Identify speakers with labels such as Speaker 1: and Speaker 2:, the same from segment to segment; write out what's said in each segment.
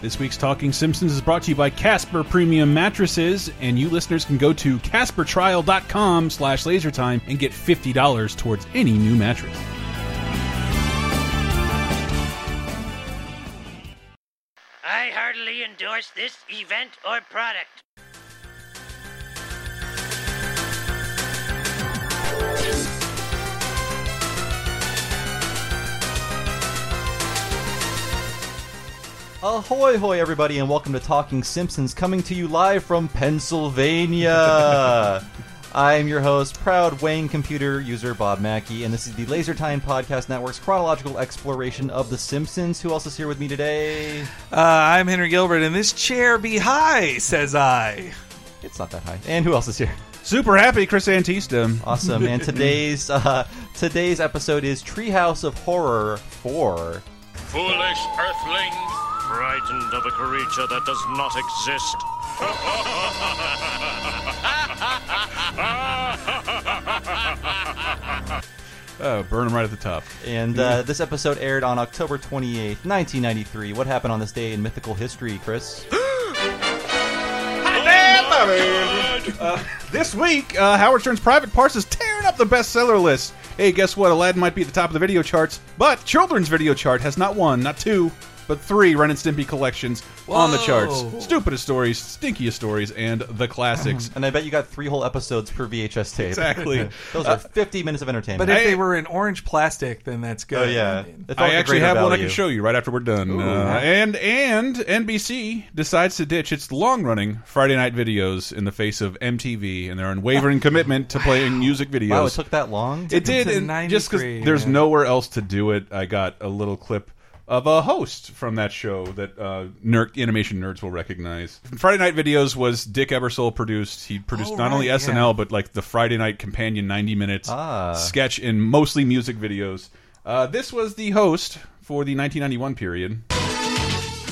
Speaker 1: This week's Talking Simpsons is brought to you by Casper Premium Mattresses, and you listeners can go to CasperTrial.com slash lasertime and get $50 towards any new mattress.
Speaker 2: I heartily endorse this event or product.
Speaker 3: Ahoy, hoy, everybody, and welcome to Talking Simpsons, coming to you live from Pennsylvania. I'm your host, proud Wayne computer user Bob Mackey, and this is the Laser Time Podcast Network's chronological exploration of The Simpsons. Who else is here with me today?
Speaker 4: Uh, I'm Henry Gilbert, and this chair be high, says I.
Speaker 3: It's not that high. And who else is here?
Speaker 1: Super happy, Chris Antista.
Speaker 3: Awesome. And today's uh, today's episode is Treehouse of Horror 4.
Speaker 5: Foolish earthling, frightened of a creature that does not exist.
Speaker 1: Oh, burn them right at the top.
Speaker 3: And uh, this episode aired on October 28th, 1993. What happened on this day in mythical history, Chris?
Speaker 1: This week, uh, Howard Stern's Private Parts is tearing up the bestseller list. Hey, guess what? Aladdin might be at the top of the video charts, but children's video chart has not one, not two, but three Ren and Stimpy collections on the charts. Stupidest stories, stinkiest stories, and the classics.
Speaker 3: And I bet you got three whole episodes per VHS tape.
Speaker 1: exactly. Uh,
Speaker 3: Those are 50 minutes of entertainment.
Speaker 4: But if
Speaker 1: I-
Speaker 4: they were in orange plastic, then that's
Speaker 3: oh,
Speaker 4: good.
Speaker 3: yeah.
Speaker 4: I mean,
Speaker 3: It's all
Speaker 1: I
Speaker 3: the
Speaker 1: actually
Speaker 3: greater
Speaker 1: have one I
Speaker 3: value.
Speaker 1: can show you right after we're done. uh, and and NBC decides to ditch its long-running Friday night videos in the face of MTV and their unwavering commitment to playing music videos.
Speaker 3: Wow, it took that long?
Speaker 1: It did,
Speaker 4: to
Speaker 1: and just because
Speaker 4: 93,
Speaker 1: there's
Speaker 4: yeah.
Speaker 1: nowhere else to do it, I got a little clip of a host from that show that uh, ner animation nerds will recognize. Friday Night Videos was Dick Ebersole produced. He produced
Speaker 4: Oh,
Speaker 1: not only
Speaker 4: right,
Speaker 1: SNL but like the Friday Night Companion 90 minutes
Speaker 3: Ah.
Speaker 1: sketch and mostly music videos. Uh, this was the host for the 1991 period.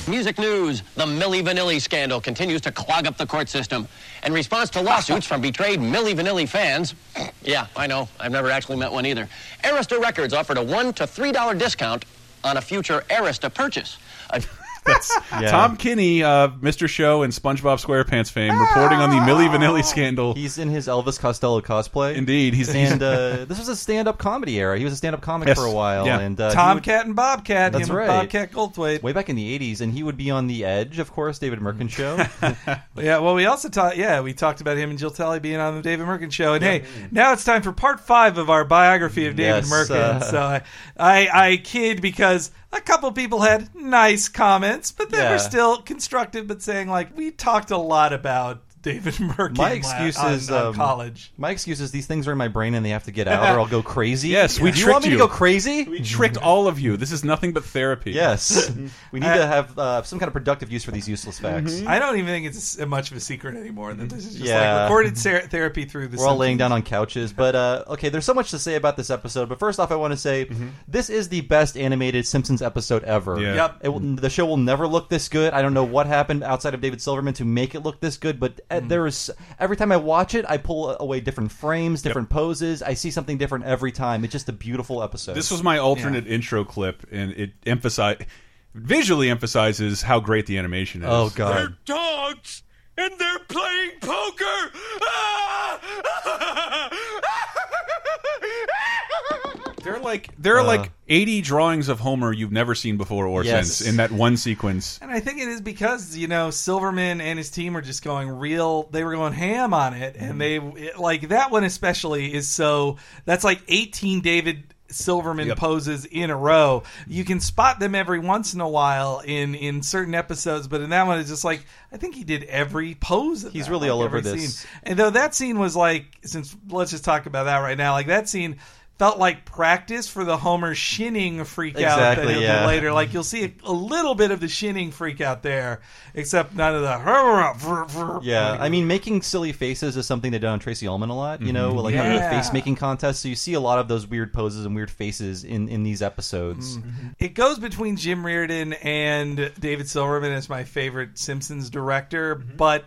Speaker 6: Music news. The Milli Vanilli scandal continues to clog up the court system. In response to lawsuits from betrayed Milli Vanilli fans, yeah, I know, I've never actually met one either, Arista Records offered a $1 to $3 discount on a future Arista purchase. A-
Speaker 3: Yeah.
Speaker 1: Tom Kinney, uh, Mr. Show, and SpongeBob SquarePants fame, reporting on the Milli Vanilli scandal.
Speaker 3: Ah. He's in his Elvis Costello cosplay.
Speaker 1: Indeed, he's, he's
Speaker 3: And uh, this was a stand up comedy era. He was a stand up comic
Speaker 1: Yes.
Speaker 3: for a while.
Speaker 1: Yeah.
Speaker 3: And, uh, he would-
Speaker 4: Tomcat and Bobcat.
Speaker 3: That's
Speaker 4: him and
Speaker 3: right.
Speaker 4: Bobcat Goldthwait.
Speaker 3: Way back in the 80s, and he would be on The Edge, of course, David Merkin show.
Speaker 4: Yeah. Well, we also talked. Yeah, we talked about him and Jill Talley being on the David Merkin show. And hey, now it's time for part five of our biography of David
Speaker 3: Yes,
Speaker 4: Merkin.
Speaker 3: uh,
Speaker 4: so I, I, I kid because a couple people had nice comments, but they
Speaker 3: Yeah.
Speaker 4: were still constructive, but saying like we talked a lot about David Merkin.
Speaker 3: My
Speaker 4: la-
Speaker 3: excuse
Speaker 4: on-
Speaker 3: is,
Speaker 4: on
Speaker 3: um,
Speaker 4: college.
Speaker 3: My excuse is these things are in my brain and they have to get out or I'll go crazy.
Speaker 1: Yes, we
Speaker 3: Do you want
Speaker 1: tricked
Speaker 3: me
Speaker 1: you.
Speaker 3: to go crazy?
Speaker 1: We tricked all of you. This is nothing but therapy.
Speaker 3: Yes. we need to have uh, some kind of productive use for these useless
Speaker 1: Mm-hmm.
Speaker 3: facts.
Speaker 4: I don't even think it's a- much of a secret anymore that this is just
Speaker 3: Yeah.
Speaker 4: like recorded ser- therapy through the.
Speaker 3: We're all
Speaker 4: Simpsons.
Speaker 3: laying down on couches, but uh, okay. There's so much to say about this episode, but first off, I want to say this is the best animated Simpsons episode ever.
Speaker 1: Mm-hmm. Yeah.
Speaker 4: Yep.
Speaker 3: It will, the show will never look this good. I don't know what happened outside of David Silverman to make it look this good, but uh,
Speaker 1: Mm-hmm.
Speaker 3: there is every time I watch it, I pull away different frames, different poses. I see something different every time. It's just a beautiful episode.
Speaker 1: This was my alternate intro clip, and it emphasize visually emphasizes how great the animation is.
Speaker 3: oh god,
Speaker 5: Dogs! And they're playing poker!
Speaker 1: they're like there are
Speaker 3: Uh.
Speaker 1: like eighty drawings of Homer you've never seen before or
Speaker 3: Yes.
Speaker 1: since in that one sequence.
Speaker 4: And I think it is because you know Silverman and his team are just going real. They were going ham on it, and they
Speaker 3: Mm-hmm.
Speaker 4: it, like that one especially is so. That's like 18 David Silverman
Speaker 1: Yep.
Speaker 4: poses in a row. You can spot them every once in a while in in certain episodes, but in that one it's just like I think he did every pose. in
Speaker 3: He's
Speaker 4: that,
Speaker 3: really
Speaker 4: like,
Speaker 3: all over
Speaker 4: every
Speaker 3: this.
Speaker 4: scene. And though that scene was like, since let's just talk about that right now, like that scene felt like practice for the Homer shinning freak out that
Speaker 3: Exactly,
Speaker 4: he'll do
Speaker 3: yeah.
Speaker 4: later. Like you'll see a, a little bit of the shinning freak out there, except none of the.
Speaker 3: Yeah, I mean, making silly faces is something they did on Tracy Ullman a lot. You know, like having a
Speaker 4: Yeah.
Speaker 3: face making contest. So you see a lot of those weird poses and weird faces in in these episodes.
Speaker 4: It goes between Jim
Speaker 3: Mm-hmm.
Speaker 4: Reardon and David Silverman as my favorite Simpsons director, but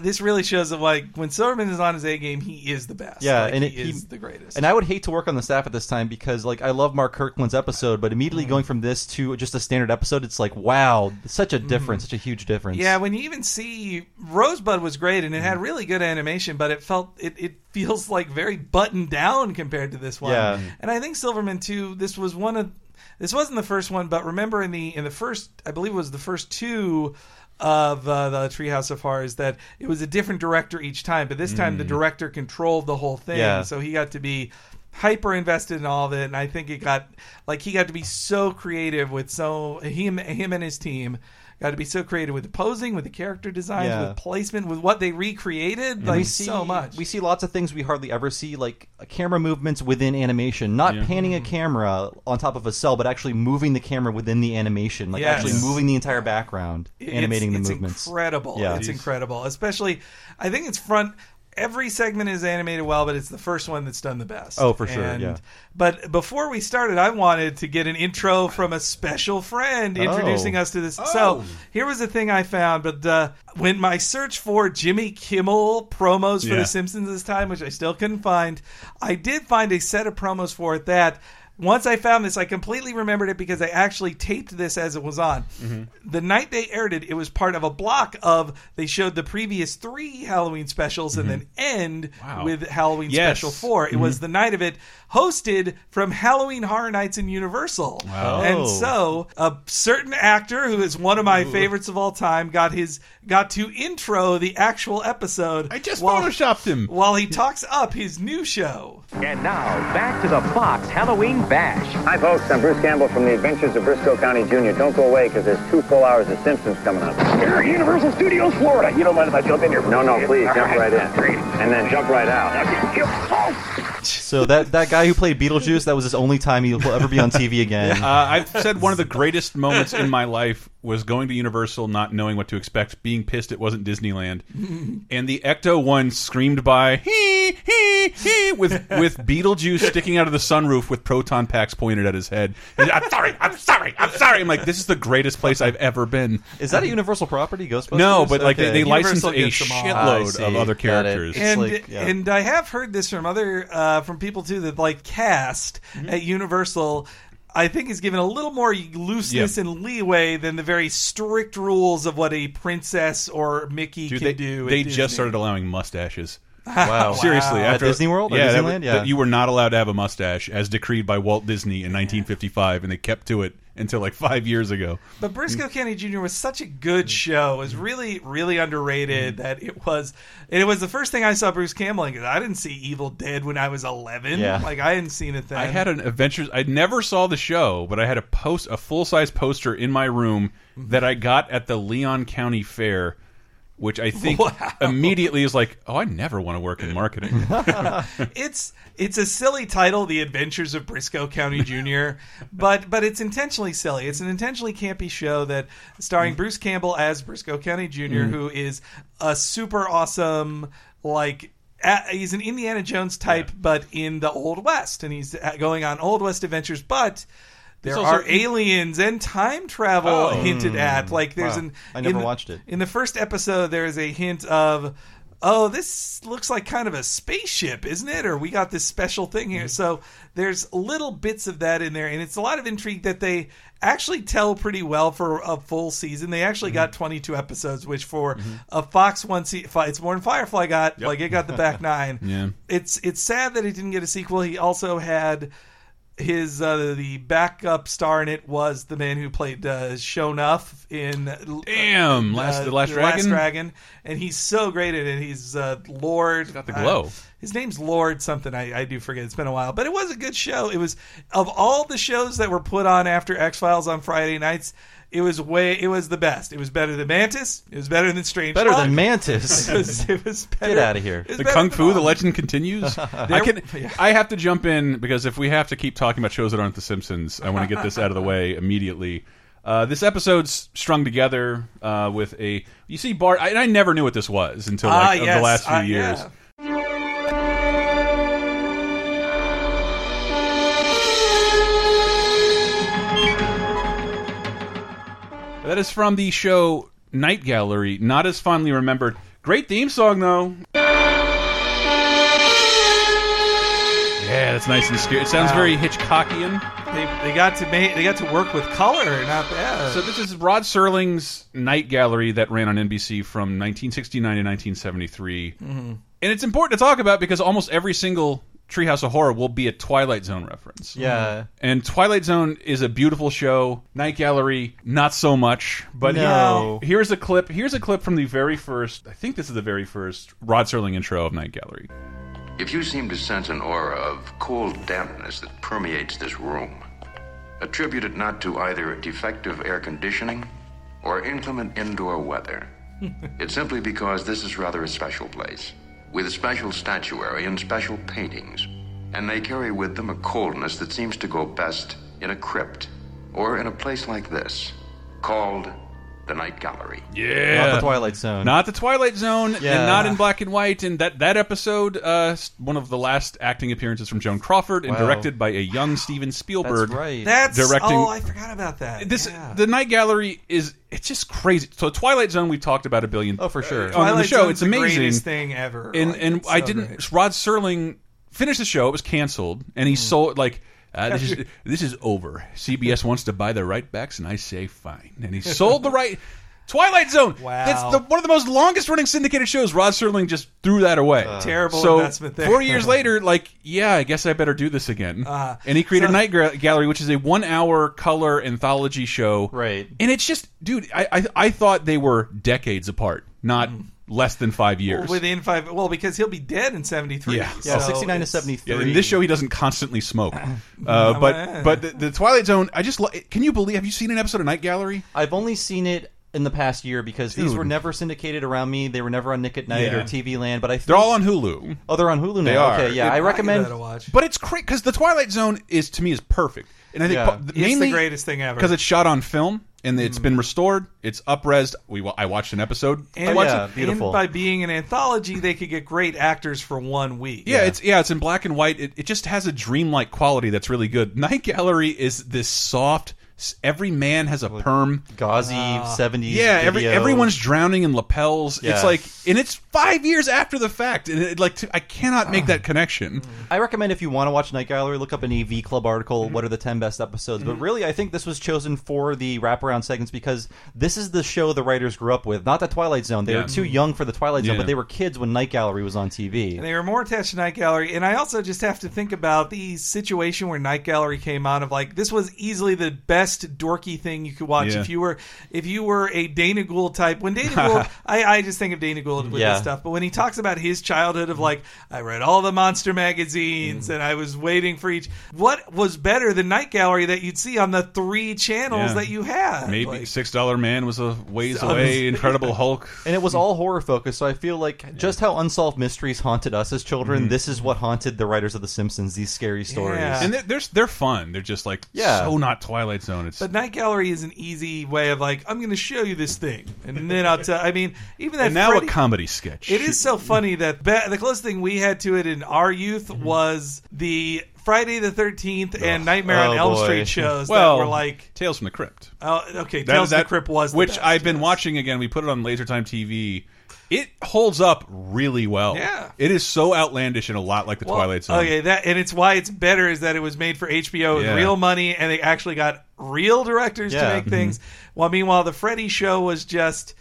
Speaker 4: this really shows that like when Silverman is on his A game, he is the best.
Speaker 3: Yeah,
Speaker 4: Like,
Speaker 3: and
Speaker 4: he
Speaker 3: it- he-
Speaker 4: is the greatest.
Speaker 3: And I would hate to work on the staff at this time because, like, I love Mark Kirkland's episode, but immediately going from this to just a standard episode, it's like, wow, such a difference, such a huge difference.
Speaker 4: Yeah, when you even see Rosebud was great and it
Speaker 3: Mm-hmm.
Speaker 4: had really good animation, but it felt it, it feels like very buttoned down compared to this one.
Speaker 3: Yeah.
Speaker 4: And I think Silverman too, this was one of this wasn't the first one, but remember in the in the first I believe it was the first two of uh, the Treehouse of Horrors that it was a different director each time, but this time the director controlled the whole thing.
Speaker 3: Mm. Yeah.
Speaker 4: So he got to be hyper invested in all of it and I think it got like he got to be so creative with so him him and his team got to be so creative with the posing, with the character designs,
Speaker 3: Yeah.
Speaker 4: with placement, with what they recreated, like
Speaker 3: we see
Speaker 4: so much.
Speaker 3: We see lots of things we hardly ever see, like uh, camera movements within animation, not panning
Speaker 1: Mm-hmm.
Speaker 3: a camera on top of a cell, but actually moving the camera within the animation, like
Speaker 4: Yes.
Speaker 3: actually moving the entire background,
Speaker 4: It's-
Speaker 3: animating the
Speaker 4: it's
Speaker 3: movements.
Speaker 4: Incredible.
Speaker 3: Yeah.
Speaker 4: It's
Speaker 3: Jeez.
Speaker 4: incredible. Especially I think it's front every segment is animated well, but it's the first one that's done the best.
Speaker 3: Oh, for sure,
Speaker 4: And-
Speaker 3: yeah.
Speaker 4: But before we started, I wanted to get an intro from a special
Speaker 3: Oh.
Speaker 4: friend introducing us to this.
Speaker 1: Oh.
Speaker 4: So here was the thing I found, but uh, when my search for Jimmy Kimmel promos for
Speaker 1: Yeah.
Speaker 4: The Simpsons this time, which I still couldn't find, I did find a set of promos for it that. Once I found this, I completely remembered it because I actually taped this as it was on.
Speaker 1: Mm-hmm.
Speaker 4: The night they aired it, it was part of a block of they showed the previous three Halloween specials and then end
Speaker 1: Mm-hmm. Wow.
Speaker 4: with Halloween
Speaker 1: Yes.
Speaker 4: Special 4. It
Speaker 1: Mm-hmm.
Speaker 4: was the night of it, hosted from Halloween Horror Nights in Universal.
Speaker 3: Wow.
Speaker 4: And so, a certain actor who is one of my favorites of all time got his got to intro the actual episode.
Speaker 1: I just
Speaker 4: while-
Speaker 1: photoshopped him.
Speaker 4: While he talks up his new show.
Speaker 7: And now, back to the Fox Halloween Bash.
Speaker 8: Hi, folks. I'm Bruce Campbell from the Adventures of Briscoe County Jr. Don't go away because there's two full hours of Simpsons coming up.
Speaker 7: Here at Universal Studios, Florida. You don't mind if I jump in here?
Speaker 8: No, no, please
Speaker 7: All
Speaker 8: jump right in,
Speaker 7: Great.
Speaker 8: and then jump right out.
Speaker 7: Okay, jump. Oh.
Speaker 3: So that that guy who played Beetlejuice, that was his only time he'll ever be on TV again.
Speaker 1: Uh, I've said one of the greatest moments in my life was going to Universal, not knowing what to expect, being pissed it wasn't Disneyland, and the Ecto one screamed by he he he with with Beetlejuice sticking out of the sunroof with proton packs pointed at his head. And, I'm sorry, I'm sorry, I'm sorry. I'm like, this is the greatest place I've ever been.
Speaker 3: Is that a Universal property, Ghostbusters?
Speaker 1: No, but like they,
Speaker 3: Okay.
Speaker 1: they licensed
Speaker 4: Universal
Speaker 1: a
Speaker 4: gets them all.
Speaker 3: I
Speaker 1: shitload
Speaker 3: see.
Speaker 1: of other
Speaker 3: Got it.
Speaker 1: characters.
Speaker 3: It's
Speaker 4: and
Speaker 3: like, yeah.
Speaker 4: and I have heard this from other uh, from people too that like cast
Speaker 1: Mm-hmm.
Speaker 4: at Universal. I think is given a little more looseness
Speaker 1: Yeah.
Speaker 4: and leeway than the very strict rules of what a princess or Mickey
Speaker 1: Dude,
Speaker 4: can
Speaker 1: they
Speaker 4: do. at
Speaker 1: they
Speaker 4: Disney.
Speaker 1: just started allowing mustaches.
Speaker 3: wow.
Speaker 1: Seriously,
Speaker 3: At
Speaker 1: after
Speaker 3: Disney World or
Speaker 1: yeah, that-
Speaker 3: Disneyland?
Speaker 1: that-
Speaker 3: Yeah.
Speaker 1: you were not allowed to have a mustache as decreed by Walt Disney in 1955, and they kept to it until like five years ago.
Speaker 4: But
Speaker 1: Mm.
Speaker 4: Briscoe County Jr. was such a good show. It was really, really underrated
Speaker 1: Mm.
Speaker 4: that it was. And it was the first thing I saw Bruce Campbell in 'cause I didn't see Evil Dead when I was 11.
Speaker 3: Yeah.
Speaker 4: Like, I hadn't seen it then.
Speaker 1: I had an adventures. I never saw the show, but I had a post, a full size poster in my room that I got at the Leon County Fair. Which I think immediately is like, oh, I never want to work in marketing.
Speaker 4: it's it's a silly title, The Adventures of Briscoe County Jr., but but it's intentionally silly. It's an intentionally campy show that starring
Speaker 3: Mm.
Speaker 4: Bruce Campbell as Briscoe County Jr., who is a super awesome like a he's an Indiana Jones type, but in the Old West, and he's uh, going on Old West adventures, but. There
Speaker 1: also-
Speaker 4: are aliens and time travel
Speaker 1: Oh.
Speaker 4: hinted at. Like there's
Speaker 3: Wow.
Speaker 4: an
Speaker 3: I never
Speaker 4: in the-
Speaker 3: watched it.
Speaker 4: in the first episode, there is a hint of, oh, this looks like kind of a spaceship, isn't it? Or we got this special thing here. So there's little bits of that in there, and it's a lot of intrigue that they actually tell pretty well for a full season. They actually got 22 episodes, which for a Fox one, se- fi- it's more than Firefly got. Like it got the back nine.
Speaker 1: Yeah.
Speaker 4: It's it's sad that it didn't get a sequel. He also had his uh, the backup star in it was the man who played uh, Shonuff in
Speaker 1: Damn, last
Speaker 4: uh,
Speaker 1: the last dragon.
Speaker 4: and he's so great at it. He's uh, Lord.
Speaker 1: got the glow.
Speaker 4: uh, his name's Lord something. I, I do forget. It's been a while, but it was a good show. It was of all the shows that were put on after X Files on Friday nights. It was way. It was the best. It was better than Mantis. It was better than Strange.
Speaker 3: better
Speaker 4: Love.
Speaker 3: than Mantis.
Speaker 4: It was, it was better.
Speaker 3: outta here.
Speaker 4: it was
Speaker 1: the
Speaker 4: better
Speaker 1: kung
Speaker 4: than
Speaker 1: fu,
Speaker 4: all.
Speaker 1: the legend continues. I can, I have to jump in because if we have to keep talking about shows that aren't The Simpsons, I want to get this out of the way immediately. Uh, this episode's strung together uh, with a. You see, Bart, I, and I never knew what this was until
Speaker 4: Ah,
Speaker 1: like, of
Speaker 4: yes,
Speaker 1: the last few
Speaker 4: ah,
Speaker 1: years.
Speaker 4: yeah.
Speaker 1: That is from the show Night Gallery, not as fondly remembered. Great theme song though. Yeah, that's nice and scary. It sounds
Speaker 4: Wow.
Speaker 1: very Hitchcockian.
Speaker 4: They, they got to make they got to work with color, not bad.
Speaker 1: So this is Rod Serling's Night Gallery that ran on NBC from 1969 to 1973,
Speaker 3: Mm-hmm.
Speaker 1: and it's important to talk about because almost every single Treehouse of Horror will be a Twilight Zone reference.
Speaker 3: Yeah.
Speaker 1: And Twilight Zone is a beautiful show. Night Gallery, not so much. But
Speaker 3: No.
Speaker 1: here- here's a clip. Here's a clip from the very first. I think this is the very first Rod Serling intro of Night Gallery.
Speaker 9: If you seem to sense an aura of cold dampness that permeates this room, attribute it not to either defective air conditioning or inclement indoor weather. it's simply because this is rather a special place, with special statuary and special paintings, and they carry with them a coldness that seems to go best in a crypt or in a place like this, called the Night Gallery.
Speaker 1: Yeah,
Speaker 3: Not the Twilight Zone.
Speaker 1: Not the Twilight Zone, and
Speaker 3: Yeah.
Speaker 1: not in black and white. And that that episode, uh, s- one of the last acting appearances from Joan Crawford, and
Speaker 3: Wow.
Speaker 1: directed by a young Steven Spielberg.
Speaker 3: That's right.
Speaker 4: That's
Speaker 1: Directing-
Speaker 4: Oh, I forgot about that.
Speaker 1: This
Speaker 4: Yeah.
Speaker 1: the Night Gallery is it's just crazy. So Twilight Zone we've talked about a billion.
Speaker 3: Oh, for sure.
Speaker 1: on the
Speaker 4: Twilight
Speaker 1: show.
Speaker 4: Zone's
Speaker 1: It's
Speaker 4: the
Speaker 1: amazing
Speaker 4: greatest thing ever.
Speaker 1: and
Speaker 4: Like,
Speaker 1: and
Speaker 4: it's
Speaker 1: I
Speaker 4: so
Speaker 1: didn't.
Speaker 4: great. Hmm.
Speaker 1: Rod Serling finished the show. It was canceled, and he sold like uh, this is this is over. CBS wants to buy the right backs, and I say fine. And he sold the right. Twilight Zone.
Speaker 4: Wow.
Speaker 1: that's the, one of the most longest running syndicated shows. Rod Serling just threw that away.
Speaker 4: Uh, Terrible
Speaker 1: so
Speaker 4: investment there.
Speaker 1: Four years later, like yeah, I guess I better do this again.
Speaker 4: Uh,
Speaker 1: and he created Night Gra- Gallery, which is a one-hour color anthology show.
Speaker 3: Right.
Speaker 1: And it's just, dude, I I, I thought they were decades apart, not
Speaker 4: Hmm.
Speaker 1: less than five years.
Speaker 4: within five. Well, because he'll be dead in seventy three.
Speaker 1: Yeah.
Speaker 3: Yeah, 69 to 73.
Speaker 1: Yeah, in this show, he doesn't constantly smoke. Uh, but
Speaker 4: man.
Speaker 1: but the, the Twilight Zone, I just lo- can you believe? Have you seen an episode of Night Gallery?
Speaker 3: I've only seen it in the past year because these
Speaker 1: Dude.
Speaker 3: were never syndicated around me. They were never on Nick at Night
Speaker 1: Yeah.
Speaker 3: or TV Land, but I think
Speaker 1: They're all on Hulu,
Speaker 3: Oh, they're on Hulu now.
Speaker 1: They are.
Speaker 3: Okay, yeah.
Speaker 1: Good.
Speaker 3: I recommend
Speaker 4: That to watch.
Speaker 1: but it's great because the Twilight Zone is to me is perfect, and I think
Speaker 3: Yeah.
Speaker 1: pa-
Speaker 3: It's
Speaker 4: it's
Speaker 1: mainly
Speaker 4: the greatest thing ever. Mm.
Speaker 1: because it's shot on film and it's been restored. It's upresed. We wa- I watched an episode. I watched
Speaker 3: yeah.
Speaker 1: it.
Speaker 3: beautiful.
Speaker 4: And by being an anthology, they could get great actors for one week.
Speaker 1: Yeah, it's yeah, it's in black and white. It, it just has a dreamlike quality that's really good. Night Gallery is this soft. s- Every man has a perm.
Speaker 3: gauzy 70s.
Speaker 1: Yeah, every,
Speaker 3: video.
Speaker 1: everyone's drowning in lapels.
Speaker 3: Yeah.
Speaker 1: It's like, and it's five years after the fact, and it, like t- I cannot make that connection.
Speaker 4: Mm.
Speaker 3: I recommend if you want to watch Night Gallery, look up an EV Club article.
Speaker 1: Mm-hmm.
Speaker 3: What are the ten best episodes? But really, I think this was chosen for the wraparound segments because this is the show the writers grew up with. Not the Twilight Zone; they
Speaker 1: Yeah.
Speaker 3: were too young for the Twilight Zone,
Speaker 1: Yeah.
Speaker 3: but they were kids when Night Gallery was on TV.
Speaker 4: And they were more attached to Night Gallery. And I also just have to think about the situation where Night Gallery came out of like this was easily the best dorky thing you could watch
Speaker 1: Yeah.
Speaker 4: if you were if you were a Dana Gould type. When Dana Gould, I, I just think of Dana Gould with
Speaker 3: Yeah.
Speaker 4: this stuff. But when he talks about his childhood of like I read all the monster
Speaker 1: Mm.
Speaker 4: magazines and I was waiting for each. What was better than Night Gallery that you'd see on the three channels
Speaker 1: Yeah.
Speaker 4: that you had?
Speaker 1: Maybe
Speaker 4: Like,
Speaker 1: Six Dollar Man was a ways away. Incredible Hulk.
Speaker 3: And it was all horror focused, so I feel like just how unsolved mysteries haunted us as children,
Speaker 1: Hmm.
Speaker 3: this is what haunted the writers of The Simpsons. These scary stories.
Speaker 4: Yeah.
Speaker 1: And they're, they're they're fun. They're just like
Speaker 3: Yeah.
Speaker 1: so not Twilight Zone. It's
Speaker 4: But Night Gallery is an easy way of like, I'm going to show you this thing, and then I'll tell. I mean, even that
Speaker 1: and now
Speaker 4: Freddy-
Speaker 1: a comedy sketch.
Speaker 4: It is so funny that be- the closest thing we had to it in our youth
Speaker 1: Mm-hmm.
Speaker 4: was the Friday the Thirteenth and Nightmare on
Speaker 3: Oh,
Speaker 4: Elm
Speaker 3: boy.
Speaker 4: Street shows
Speaker 1: well
Speaker 4: that were like,
Speaker 1: Tales from the Crypt.
Speaker 4: oh, okay, Tales of the Crypt was the
Speaker 1: which
Speaker 4: best,
Speaker 1: I've been
Speaker 4: yes.
Speaker 1: watching again. We put it on Lasertime TV. It holds up really well.
Speaker 4: Yeah.
Speaker 1: it is so outlandish and a lot like the
Speaker 4: Well,
Speaker 1: Twilight Zone.
Speaker 4: Okay, that and it's why it's better is that it was made for HBO
Speaker 1: Yeah. Mm-hmm.
Speaker 4: with real money, and they actually got real directors
Speaker 3: Yeah.
Speaker 4: to make things. While meanwhile, the Freddy show was just,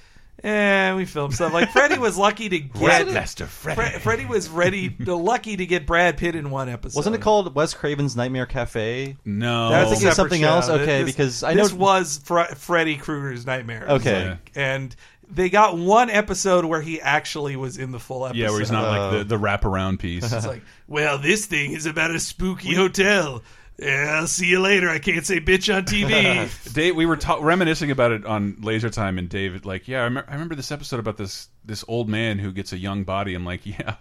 Speaker 4: eh, we filmed stuff. Like Freddy was lucky to get
Speaker 1: Breadmaster Freddy.
Speaker 4: Fre- Freddy was ready, lucky to get Brad Pitt in one episode.
Speaker 3: Wasn't it called Wes Craven's Nightmare Cafe?
Speaker 1: No,
Speaker 4: That's
Speaker 3: I think
Speaker 4: a
Speaker 3: it's
Speaker 4: Oh. separate
Speaker 3: something
Speaker 4: show.
Speaker 3: else.
Speaker 4: Th-
Speaker 3: Okay,
Speaker 4: this-
Speaker 3: because I
Speaker 4: this
Speaker 3: know-
Speaker 4: was Fre- Freddy Krueger's nightmare.
Speaker 3: Okay.
Speaker 1: Yeah.
Speaker 4: and they got one episode where he actually was in the full episode.
Speaker 1: Yeah, where he's not like
Speaker 4: uh,
Speaker 1: the, the wraparound piece.
Speaker 4: It's like, well, this thing is about a spooky hotel. Yeah, I'll see you later. I can't say bitch on TV.
Speaker 1: Dave, we were ta- reminiscing about it on Laser Time, and David, like, yeah, I, remem- I remember this episode about this this old man who gets a young body. I'm like, yeah,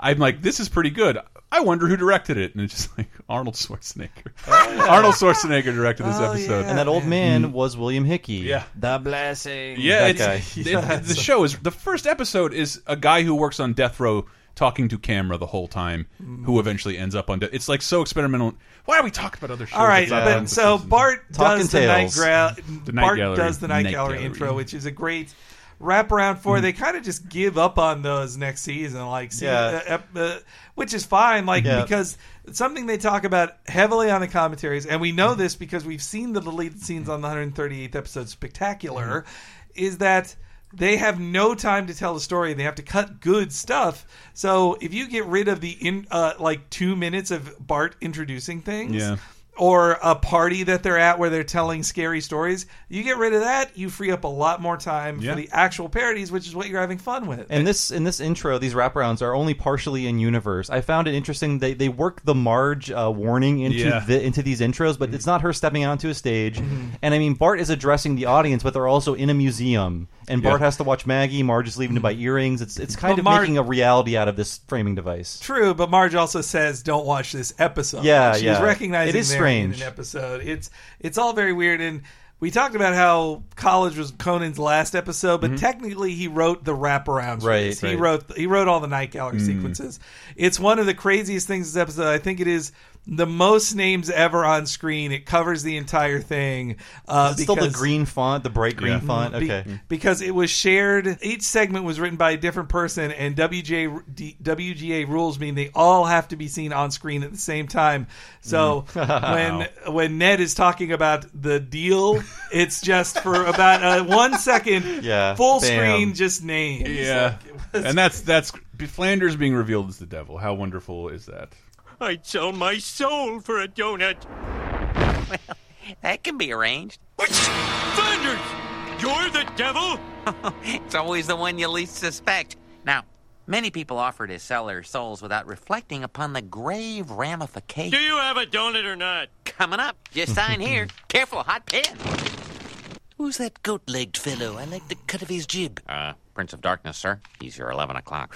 Speaker 1: I'm like, this is pretty good. I wonder who directed it, and it's just like Arnold Schwarzenegger.
Speaker 4: Oh.
Speaker 1: Arnold Schwarzenegger directed this episode.
Speaker 3: And that old man was William Hickey.
Speaker 1: Hmm. Yeah.
Speaker 3: The blessing.
Speaker 1: Yeah,
Speaker 3: that
Speaker 1: it's,
Speaker 3: guy.
Speaker 1: it- the show is the first episode is a guy who works on death row talking to camera the whole time, who
Speaker 4: Mm.
Speaker 1: eventually ends up on death. It's like so experimental. Why are we talking about other shows?
Speaker 4: All right,
Speaker 1: that's not on
Speaker 4: but
Speaker 1: the
Speaker 4: so
Speaker 1: season?
Speaker 4: Bart
Speaker 3: um, Talking
Speaker 4: does the night,
Speaker 3: Tales.
Speaker 4: gra-
Speaker 1: Night
Speaker 4: Bart
Speaker 1: Gallery.
Speaker 4: does the night,
Speaker 1: Night
Speaker 4: gallery,
Speaker 1: Gallery.
Speaker 4: intro, which is a great wraparound for. They kind of just give up on those next season, like see,
Speaker 3: Yeah.
Speaker 4: uh, ep- uh, which is fine, like
Speaker 3: Yeah.
Speaker 4: because something they talk about heavily on the commentaries, and we know this because we've seen the deleted scenes on the 138th episode spectacular,
Speaker 3: Mm-hmm.
Speaker 4: is that. They have no time to tell the story, and they have to cut good stuff. So if you get rid of the in uh, like two minutes of Bart introducing things,
Speaker 1: Yeah.
Speaker 4: or a party that they're at where they're telling scary stories, you get rid of that, you free up a lot more time
Speaker 1: Yeah.
Speaker 4: for the actual parodies, which is what you're having fun with.
Speaker 3: And this in this intro, these wraparounds are only partially in universe. I found it interesting. They they work the Marge uh, warning into
Speaker 1: Yeah. Mm-hmm.
Speaker 3: the, into these intros, but it's not her stepping onto a stage. And I mean, Bart is addressing the audience, but they're also in a museum, and Bart
Speaker 1: Yeah. Mm-hmm.
Speaker 3: has to watch Maggie. Marge is leaving to buy earrings. It's it's kind
Speaker 4: But
Speaker 3: of
Speaker 4: Mar-
Speaker 3: making a reality out of this framing device.
Speaker 4: True, but Marge also says, "Don't watch this episode."
Speaker 3: Yeah,
Speaker 4: she's
Speaker 3: yeah.
Speaker 4: recognizing
Speaker 3: It is
Speaker 4: they're
Speaker 3: strange.
Speaker 4: in an episode. It's it's all very weird. And we talked about how college was Conan's last episode, but technically he wrote the wraparounds. for
Speaker 3: Mm-hmm. Right,
Speaker 4: this. he
Speaker 3: right. Mm.
Speaker 4: wrote he wrote all the night gallery sequences. It's one of the craziest things this episode. I think it is. The most names ever on screen. It covers the entire thing. Uh,
Speaker 3: It's still the
Speaker 4: because-
Speaker 3: green font, the bright green
Speaker 1: Yeah. Mm-hmm.
Speaker 3: font.
Speaker 4: be-
Speaker 3: Okay.
Speaker 4: because it was shared. Each segment was written by a different person, and WJ, D, WGA rules mean they all have to be seen on screen at the same time. So
Speaker 3: Mm.
Speaker 4: when when Ned is talking about the deal, it's just for about uh, one second,
Speaker 3: Yeah,
Speaker 4: full
Speaker 3: bam.
Speaker 4: screen, just names.
Speaker 1: Yeah, and that's that's Flanders being revealed as the devil. How wonderful is that?
Speaker 5: I'd sell my soul for a donut.
Speaker 10: That can be arranged.
Speaker 5: Flanders! You're the devil?
Speaker 10: It's always the one you least suspect. Now, many people offer to sell their souls without reflecting upon the grave
Speaker 5: Do
Speaker 10: ramifications
Speaker 5: you have a donut or not?
Speaker 10: coming up. Just sign here. Careful, hot pen. Who's that goat legged fellow? I like the cut of his jib. Uh, Prince of Darkness, sir. He's your 11 o'clock.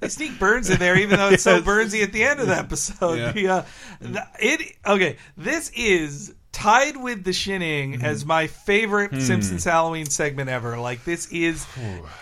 Speaker 4: They sneak Burns in there, even though it's so Burnsy at the end of the episode.
Speaker 1: Yeah.
Speaker 4: The, uh, the- it okay. This is tied with the shinning
Speaker 1: Mm-hmm.
Speaker 4: as my favorite
Speaker 1: Hmm.
Speaker 4: Simpsons Halloween segment ever. Like this is,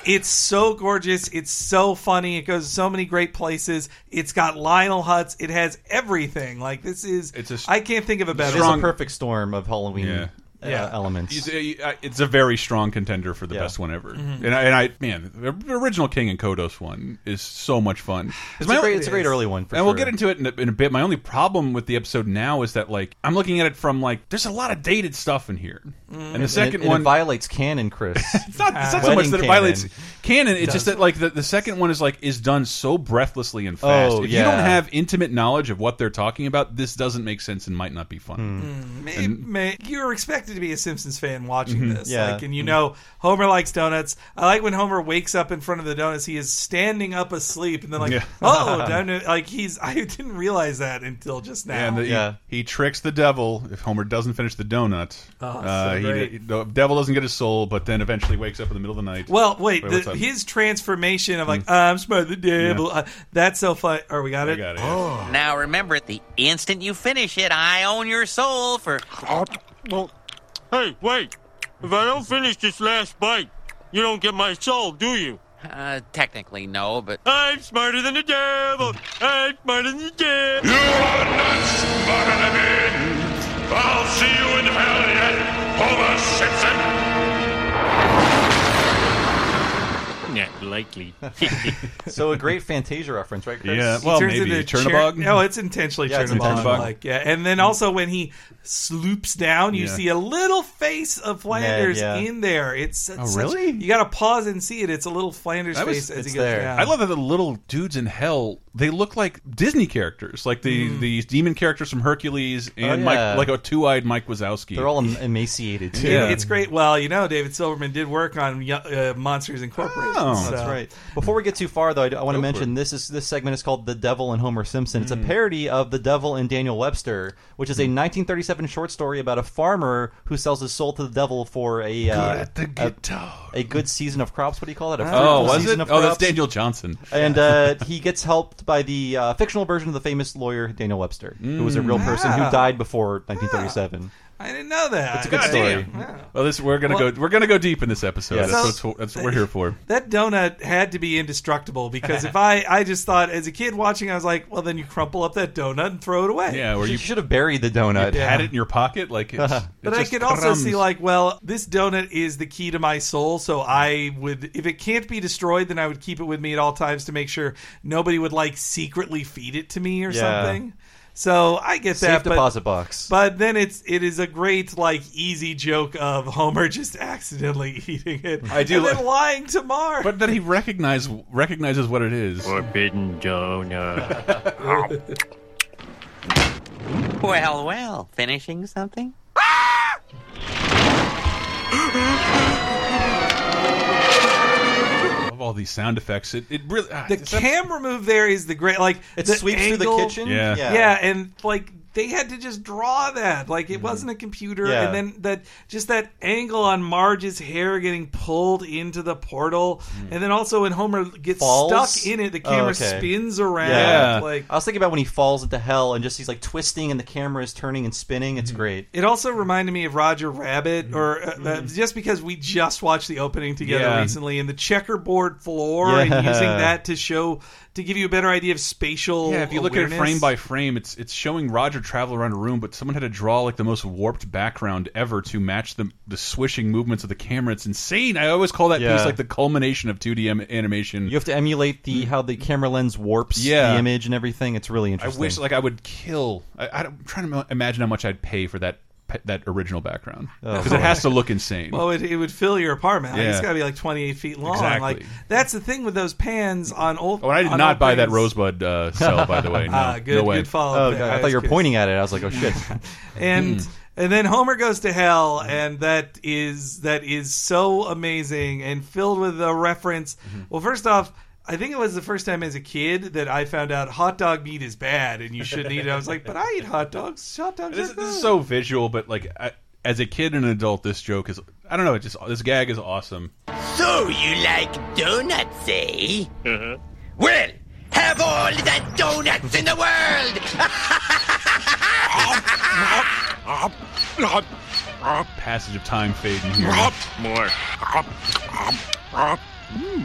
Speaker 4: it's so gorgeous. It's so funny. It goes to so many great places. It's got Lionel Hutz. It has everything. Like this is.
Speaker 1: It's a s-
Speaker 4: I can't think of a better.
Speaker 3: It's
Speaker 1: strong-
Speaker 3: a perfect storm of Halloween
Speaker 1: Yeah.
Speaker 3: uh,
Speaker 4: Yeah.
Speaker 3: elements.
Speaker 1: It's a, it's a very strong contender for the
Speaker 3: Yeah.
Speaker 1: best one ever. And, I, and I, man, the original King and Kodos one is so much fun.
Speaker 3: It's a great, it's a great early one. For
Speaker 1: and we'll
Speaker 3: sure.
Speaker 1: get into it in a, in a bit. My only problem with the episode now is that like I'm looking at it from like there's a lot of dated stuff in here, and the
Speaker 3: Mm. And it-
Speaker 1: second
Speaker 3: and
Speaker 1: one
Speaker 3: It violates canon, Chris.
Speaker 1: it's not, it's not so much
Speaker 3: Uh, Wedding
Speaker 1: that it
Speaker 3: canon.
Speaker 1: violates canon. It's just that like the, the second one is like is done so breathlessly and fast.
Speaker 3: Oh,
Speaker 1: if you
Speaker 3: yeah.
Speaker 1: don't have intimate knowledge of what they're talking about, this doesn't make sense and might not be
Speaker 3: Hmm.
Speaker 1: fun.
Speaker 4: May- may- you're expected to be a Simpsons fan watching
Speaker 1: Mm-hmm.
Speaker 4: this,
Speaker 3: yeah.
Speaker 4: like, and you know Homer likes donuts. I like when Homer wakes up in front of the donuts. He is standing up asleep, and then like,
Speaker 1: Yeah.
Speaker 4: oh, donut! Like he's. I didn't realize that until just now.
Speaker 1: And the,
Speaker 3: Yeah.
Speaker 1: he, he tricks the devil if Homer doesn't finish the donut. uh,
Speaker 4: great.
Speaker 1: he, the devil doesn't get his soul, but then eventually wakes up in the middle of the night.
Speaker 4: well,
Speaker 1: Wait,
Speaker 4: wait,
Speaker 1: what's
Speaker 4: the,
Speaker 1: up? Mm.
Speaker 4: his transformation of like I'm smart the devil. Uh, that's so fun. Or we got
Speaker 1: I
Speaker 4: it.
Speaker 1: got it.
Speaker 3: Oh,
Speaker 10: now, remember, the instant you finish it, I own your soul for.
Speaker 5: Hey, wait. If I don't finish this last bite, you don't get my soul, do you?
Speaker 10: Uh, technically, no, but
Speaker 5: I'm smarter than the devil. I'm smarter than the devil.
Speaker 9: You are not smarter than me. I'll see you in hell yet, Homer Simpson.
Speaker 5: Not likely.
Speaker 3: so a great Fantasia reference, right, Chris?
Speaker 1: Yeah, well,
Speaker 4: turns
Speaker 1: Oh, maybe
Speaker 4: into
Speaker 1: Chernobog.
Speaker 3: Oh,
Speaker 4: Cher- no, it's intentionally
Speaker 3: Yeah, it's
Speaker 4: Chernobog.
Speaker 1: Chernobog.
Speaker 4: Like, yeah, and then also when he sloops down, you
Speaker 1: Yeah.
Speaker 4: see a little face of Flanders
Speaker 3: yeah.
Speaker 4: in there. It's, it's such-
Speaker 1: really?
Speaker 4: you got to pause and see it. It's a little Flanders
Speaker 1: That was-
Speaker 4: face as
Speaker 3: it's
Speaker 4: he goes
Speaker 3: there.
Speaker 4: down.
Speaker 1: I love that the little dudes in hell they look like Disney characters, like the these demon characters from Hercules and
Speaker 3: Hmm. Oh, yeah.
Speaker 1: Mike, like a two eyed Mike Wazowski.
Speaker 3: They're all em- emaciated too.
Speaker 4: It- It's great. Well, you know, David Silverman did work on uh, Monsters Incorporated.
Speaker 1: Oh.
Speaker 4: so-
Speaker 3: That's right. Before we get too far, though, I, want to mention this is this segment is called "The Devil and Homer Simpson."
Speaker 1: Mm.
Speaker 3: It's a parody of "The Devil and Daniel Webster," which is a 1937 short story about a farmer who sells his soul to the devil for a uh, a, a good season of crops. What do you call that? A
Speaker 1: Oh,
Speaker 3: fruitful
Speaker 1: was
Speaker 3: season
Speaker 1: it?
Speaker 3: Of
Speaker 1: Oh, that's
Speaker 3: crops.
Speaker 1: Daniel Johnson.
Speaker 3: And uh, he gets helped by the uh, fictional version of the famous lawyer Daniel
Speaker 1: Mm. Ah.
Speaker 3: Webster, who was a real person who died before 1937.
Speaker 4: I didn't know that. It's
Speaker 3: a good story.
Speaker 1: damn. Well, this we're gonna
Speaker 4: Well-
Speaker 1: go we're gonna go deep in this episode.
Speaker 4: Yes.
Speaker 1: That's,
Speaker 4: So-
Speaker 1: what, that's what we're here for.
Speaker 4: That donut had to be indestructible because if I, I just thought as a kid watching, I was like, well, then you crumple up that donut and throw it away.
Speaker 1: Yeah, where you
Speaker 3: should have buried the donut.
Speaker 1: You had it in your pocket, like. It's, it
Speaker 4: Uh-huh. But I
Speaker 1: just
Speaker 4: could also
Speaker 1: crumbs.
Speaker 4: see like, well, this donut is the key to my soul, so I would if it can't be destroyed, then I would keep it with me at all times to make sure nobody would like secretly feed it to me or
Speaker 3: Yeah.
Speaker 4: something. So I get
Speaker 3: Safe
Speaker 4: that but-
Speaker 3: deposit box.
Speaker 4: But then it's it is a great like easy joke of Homer just accidentally eating it.
Speaker 1: I do
Speaker 4: and
Speaker 1: like-
Speaker 4: then lying to Mark.
Speaker 1: But then he recognize recognizes what it is.
Speaker 5: Forbidden donut.
Speaker 10: Well, well, finishing something?
Speaker 1: Of all these sound effects, it, it really ah,
Speaker 4: the
Speaker 1: it's-
Speaker 4: camera move there is the great like
Speaker 3: It
Speaker 4: the
Speaker 3: sweeps
Speaker 4: angle-
Speaker 3: through the kitchen.
Speaker 1: Yeah.
Speaker 4: yeah. and like they had to just draw that like it wasn't a computer
Speaker 3: Mm-hmm. Yeah.
Speaker 4: and then that just that angle on marge's hair getting pulled into the portal and then also when homer gets
Speaker 3: Mm. Falls?
Speaker 4: stuck in it the
Speaker 3: Oh,
Speaker 4: camera
Speaker 3: okay.
Speaker 4: spins around
Speaker 1: Yeah.
Speaker 4: like
Speaker 3: I was thinking about when he falls into hell and just he's like twisting and the camera is turning and spinning.
Speaker 4: Mm-hmm.
Speaker 3: It's great.
Speaker 4: it also reminded me of Roger
Speaker 3: Mm-hmm.
Speaker 4: Rabbit, or uh, uh, just because we just watched the opening together
Speaker 1: Yeah.
Speaker 4: recently, and the checkerboard floor, and
Speaker 3: Yeah.
Speaker 4: using that to show to give you a better idea of spatial.
Speaker 1: Yeah, if you look at it
Speaker 4: awareness.
Speaker 1: frame by frame, it's it's showing Roger travel around a room, but someone had to draw like the most warped background ever to match the the swishing movements of the camera. It's insane. I always call that piece
Speaker 3: Yeah.
Speaker 1: like the culmination of 2D am- animation.
Speaker 3: You have to emulate
Speaker 4: Mm-hmm.
Speaker 3: the how the camera lens warps
Speaker 1: Yeah.
Speaker 3: the image and everything. It's really
Speaker 1: I
Speaker 3: interesting.
Speaker 1: wish like I would kill. I, I'm trying to imagine how much I'd pay for that pe- that original background because it has to look insane.
Speaker 4: Oh. Well, it, it would fill your apartment. Like,
Speaker 1: Yeah.
Speaker 4: It's got to be like 28 feet long.
Speaker 1: Exactly.
Speaker 4: Like that's the thing with those pans on old.
Speaker 1: oh, and I did
Speaker 4: on
Speaker 1: not
Speaker 4: old
Speaker 1: buy that
Speaker 4: things.
Speaker 1: rosebud uh, cell, by the way. No,
Speaker 4: Ah, good,
Speaker 1: no way. Uh,
Speaker 4: good follow.
Speaker 3: oh, God, I thought you were pointing at it. I was like, oh shit.
Speaker 4: And
Speaker 1: Hmm.
Speaker 4: and then Homer goes to hell, and that is that is so amazing and filled with a reference.
Speaker 1: Mm-hmm.
Speaker 4: Well, first off. I think it was the first time as a kid that I found out hot dog meat is bad and you shouldn't eat it. I was like, but I eat hot dogs. Hot dogs
Speaker 1: This,
Speaker 4: are
Speaker 1: this
Speaker 4: good."
Speaker 1: is so visual, but like I, as a kid and an adult, this joke is I don't know. It just this gag is awesome.
Speaker 2: So you like donuts, eh? Uh-huh.
Speaker 11: Mm-hmm.
Speaker 2: Well, have all the donuts in the world!
Speaker 1: Passage of time fading here.
Speaker 5: More.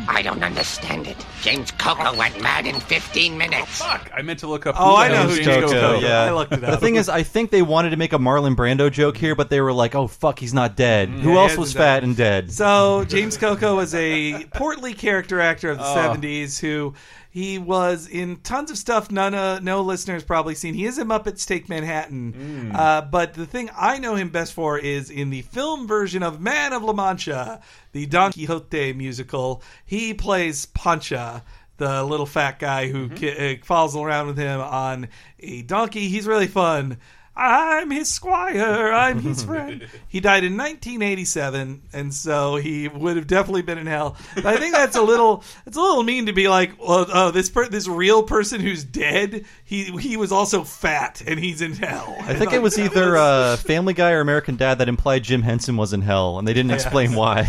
Speaker 2: I don't understand it. James Coco went mad in 15 minutes.
Speaker 1: Fuck! I meant to look up.
Speaker 4: Oh, I know
Speaker 1: owns
Speaker 4: who
Speaker 1: James
Speaker 4: James
Speaker 1: Coco.
Speaker 4: Coco.
Speaker 3: yeah.
Speaker 4: I looked it up.
Speaker 3: The thing is, I think they wanted to make a Marlon Brando joke here, but they were like, oh fuck, he's not dead. Who
Speaker 4: Mm-hmm. he
Speaker 3: else
Speaker 4: hasn't
Speaker 3: was
Speaker 4: died.
Speaker 3: fat and dead?
Speaker 4: So James Coco was a portly character actor of the seventies who he was in tons of stuff none uh, no listeners probably seen. He is in Muppets Take Manhattan, uh, but the thing I know him best for is in the film version of Man of La Mancha, the Don Quixote musical. He plays Pancha. The little fat guy who ki- uh, follows around with him on a donkey. He's really fun. I'm his squire. I'm his friend. He died in 1987, and so he would have definitely been in hell. But I think that's a little it's a little mean to be like, well, oh, this per- this real person who's dead. He he was also fat, and he's in hell.
Speaker 3: I think it was either uh, Family Guy or American Dad that implied Jim Henson was in hell, and they didn't explain why.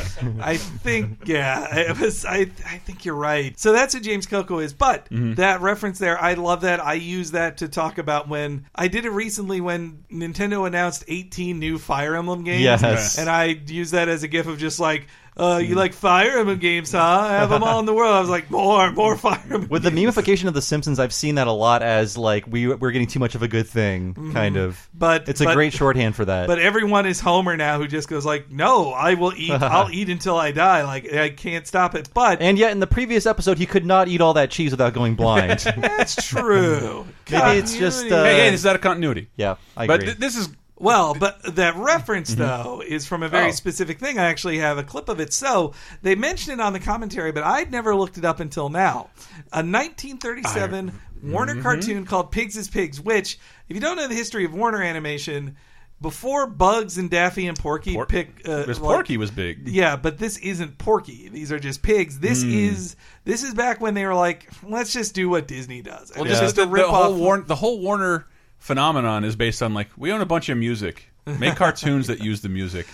Speaker 4: I think yeah, it was. I I think you're right. So that's what James Coco is. But
Speaker 3: Mm-hmm.
Speaker 4: that reference there, I love that. I use that to talk about when I did it recently when Nintendo announced 18 new Fire Emblem games.
Speaker 3: Yes. Mm-hmm.
Speaker 4: and I use that as a gif of just like. Uh, you like Fire Emblem games, huh? I have them all in the world. I was like, more, more Fire Emblem.
Speaker 3: With the memification of The Simpsons, I've seen that a lot as like we we're getting too much of a good thing, kind of.
Speaker 4: But-
Speaker 3: it's a
Speaker 4: but-
Speaker 3: great shorthand for that.
Speaker 4: But everyone is Homer now, who just goes like, "No, I will eat. I'll eat until I die. Like I can't stop it." But
Speaker 3: and yet, in the previous episode, he could not eat all that cheese without going blind.
Speaker 4: that's true.
Speaker 3: Maybe it's just,
Speaker 4: Continuity.
Speaker 3: uh,
Speaker 1: Hey, hey, is that a continuity?
Speaker 3: yeah, I
Speaker 1: but
Speaker 3: agree.
Speaker 1: th- this is
Speaker 4: Well, but that reference though is from a very
Speaker 1: Mm-hmm. Oh.
Speaker 4: specific thing. I actually have a clip of it. So they mentioned it on the commentary, but I'd never looked it up until now. A 1937 Warner
Speaker 1: Mm-hmm.
Speaker 4: cartoon called Pigs is Pigs, which, if you don't know the history of Warner Animation, before Bugs and Daffy and Porky
Speaker 1: Por-
Speaker 4: pick, uh,
Speaker 1: this
Speaker 4: like-
Speaker 1: Porky was big.
Speaker 4: yeah, but this isn't Porky. These are just pigs. This
Speaker 1: Hmm.
Speaker 4: is this is back when they were like, let's just do what Disney does.
Speaker 1: Well,
Speaker 4: And
Speaker 1: just
Speaker 4: just
Speaker 1: the,
Speaker 4: a
Speaker 1: the
Speaker 4: rip
Speaker 1: whole
Speaker 4: off-
Speaker 1: Warner, the whole Warner phenomenon is based on like we own a bunch of music. Make cartoons that use the music.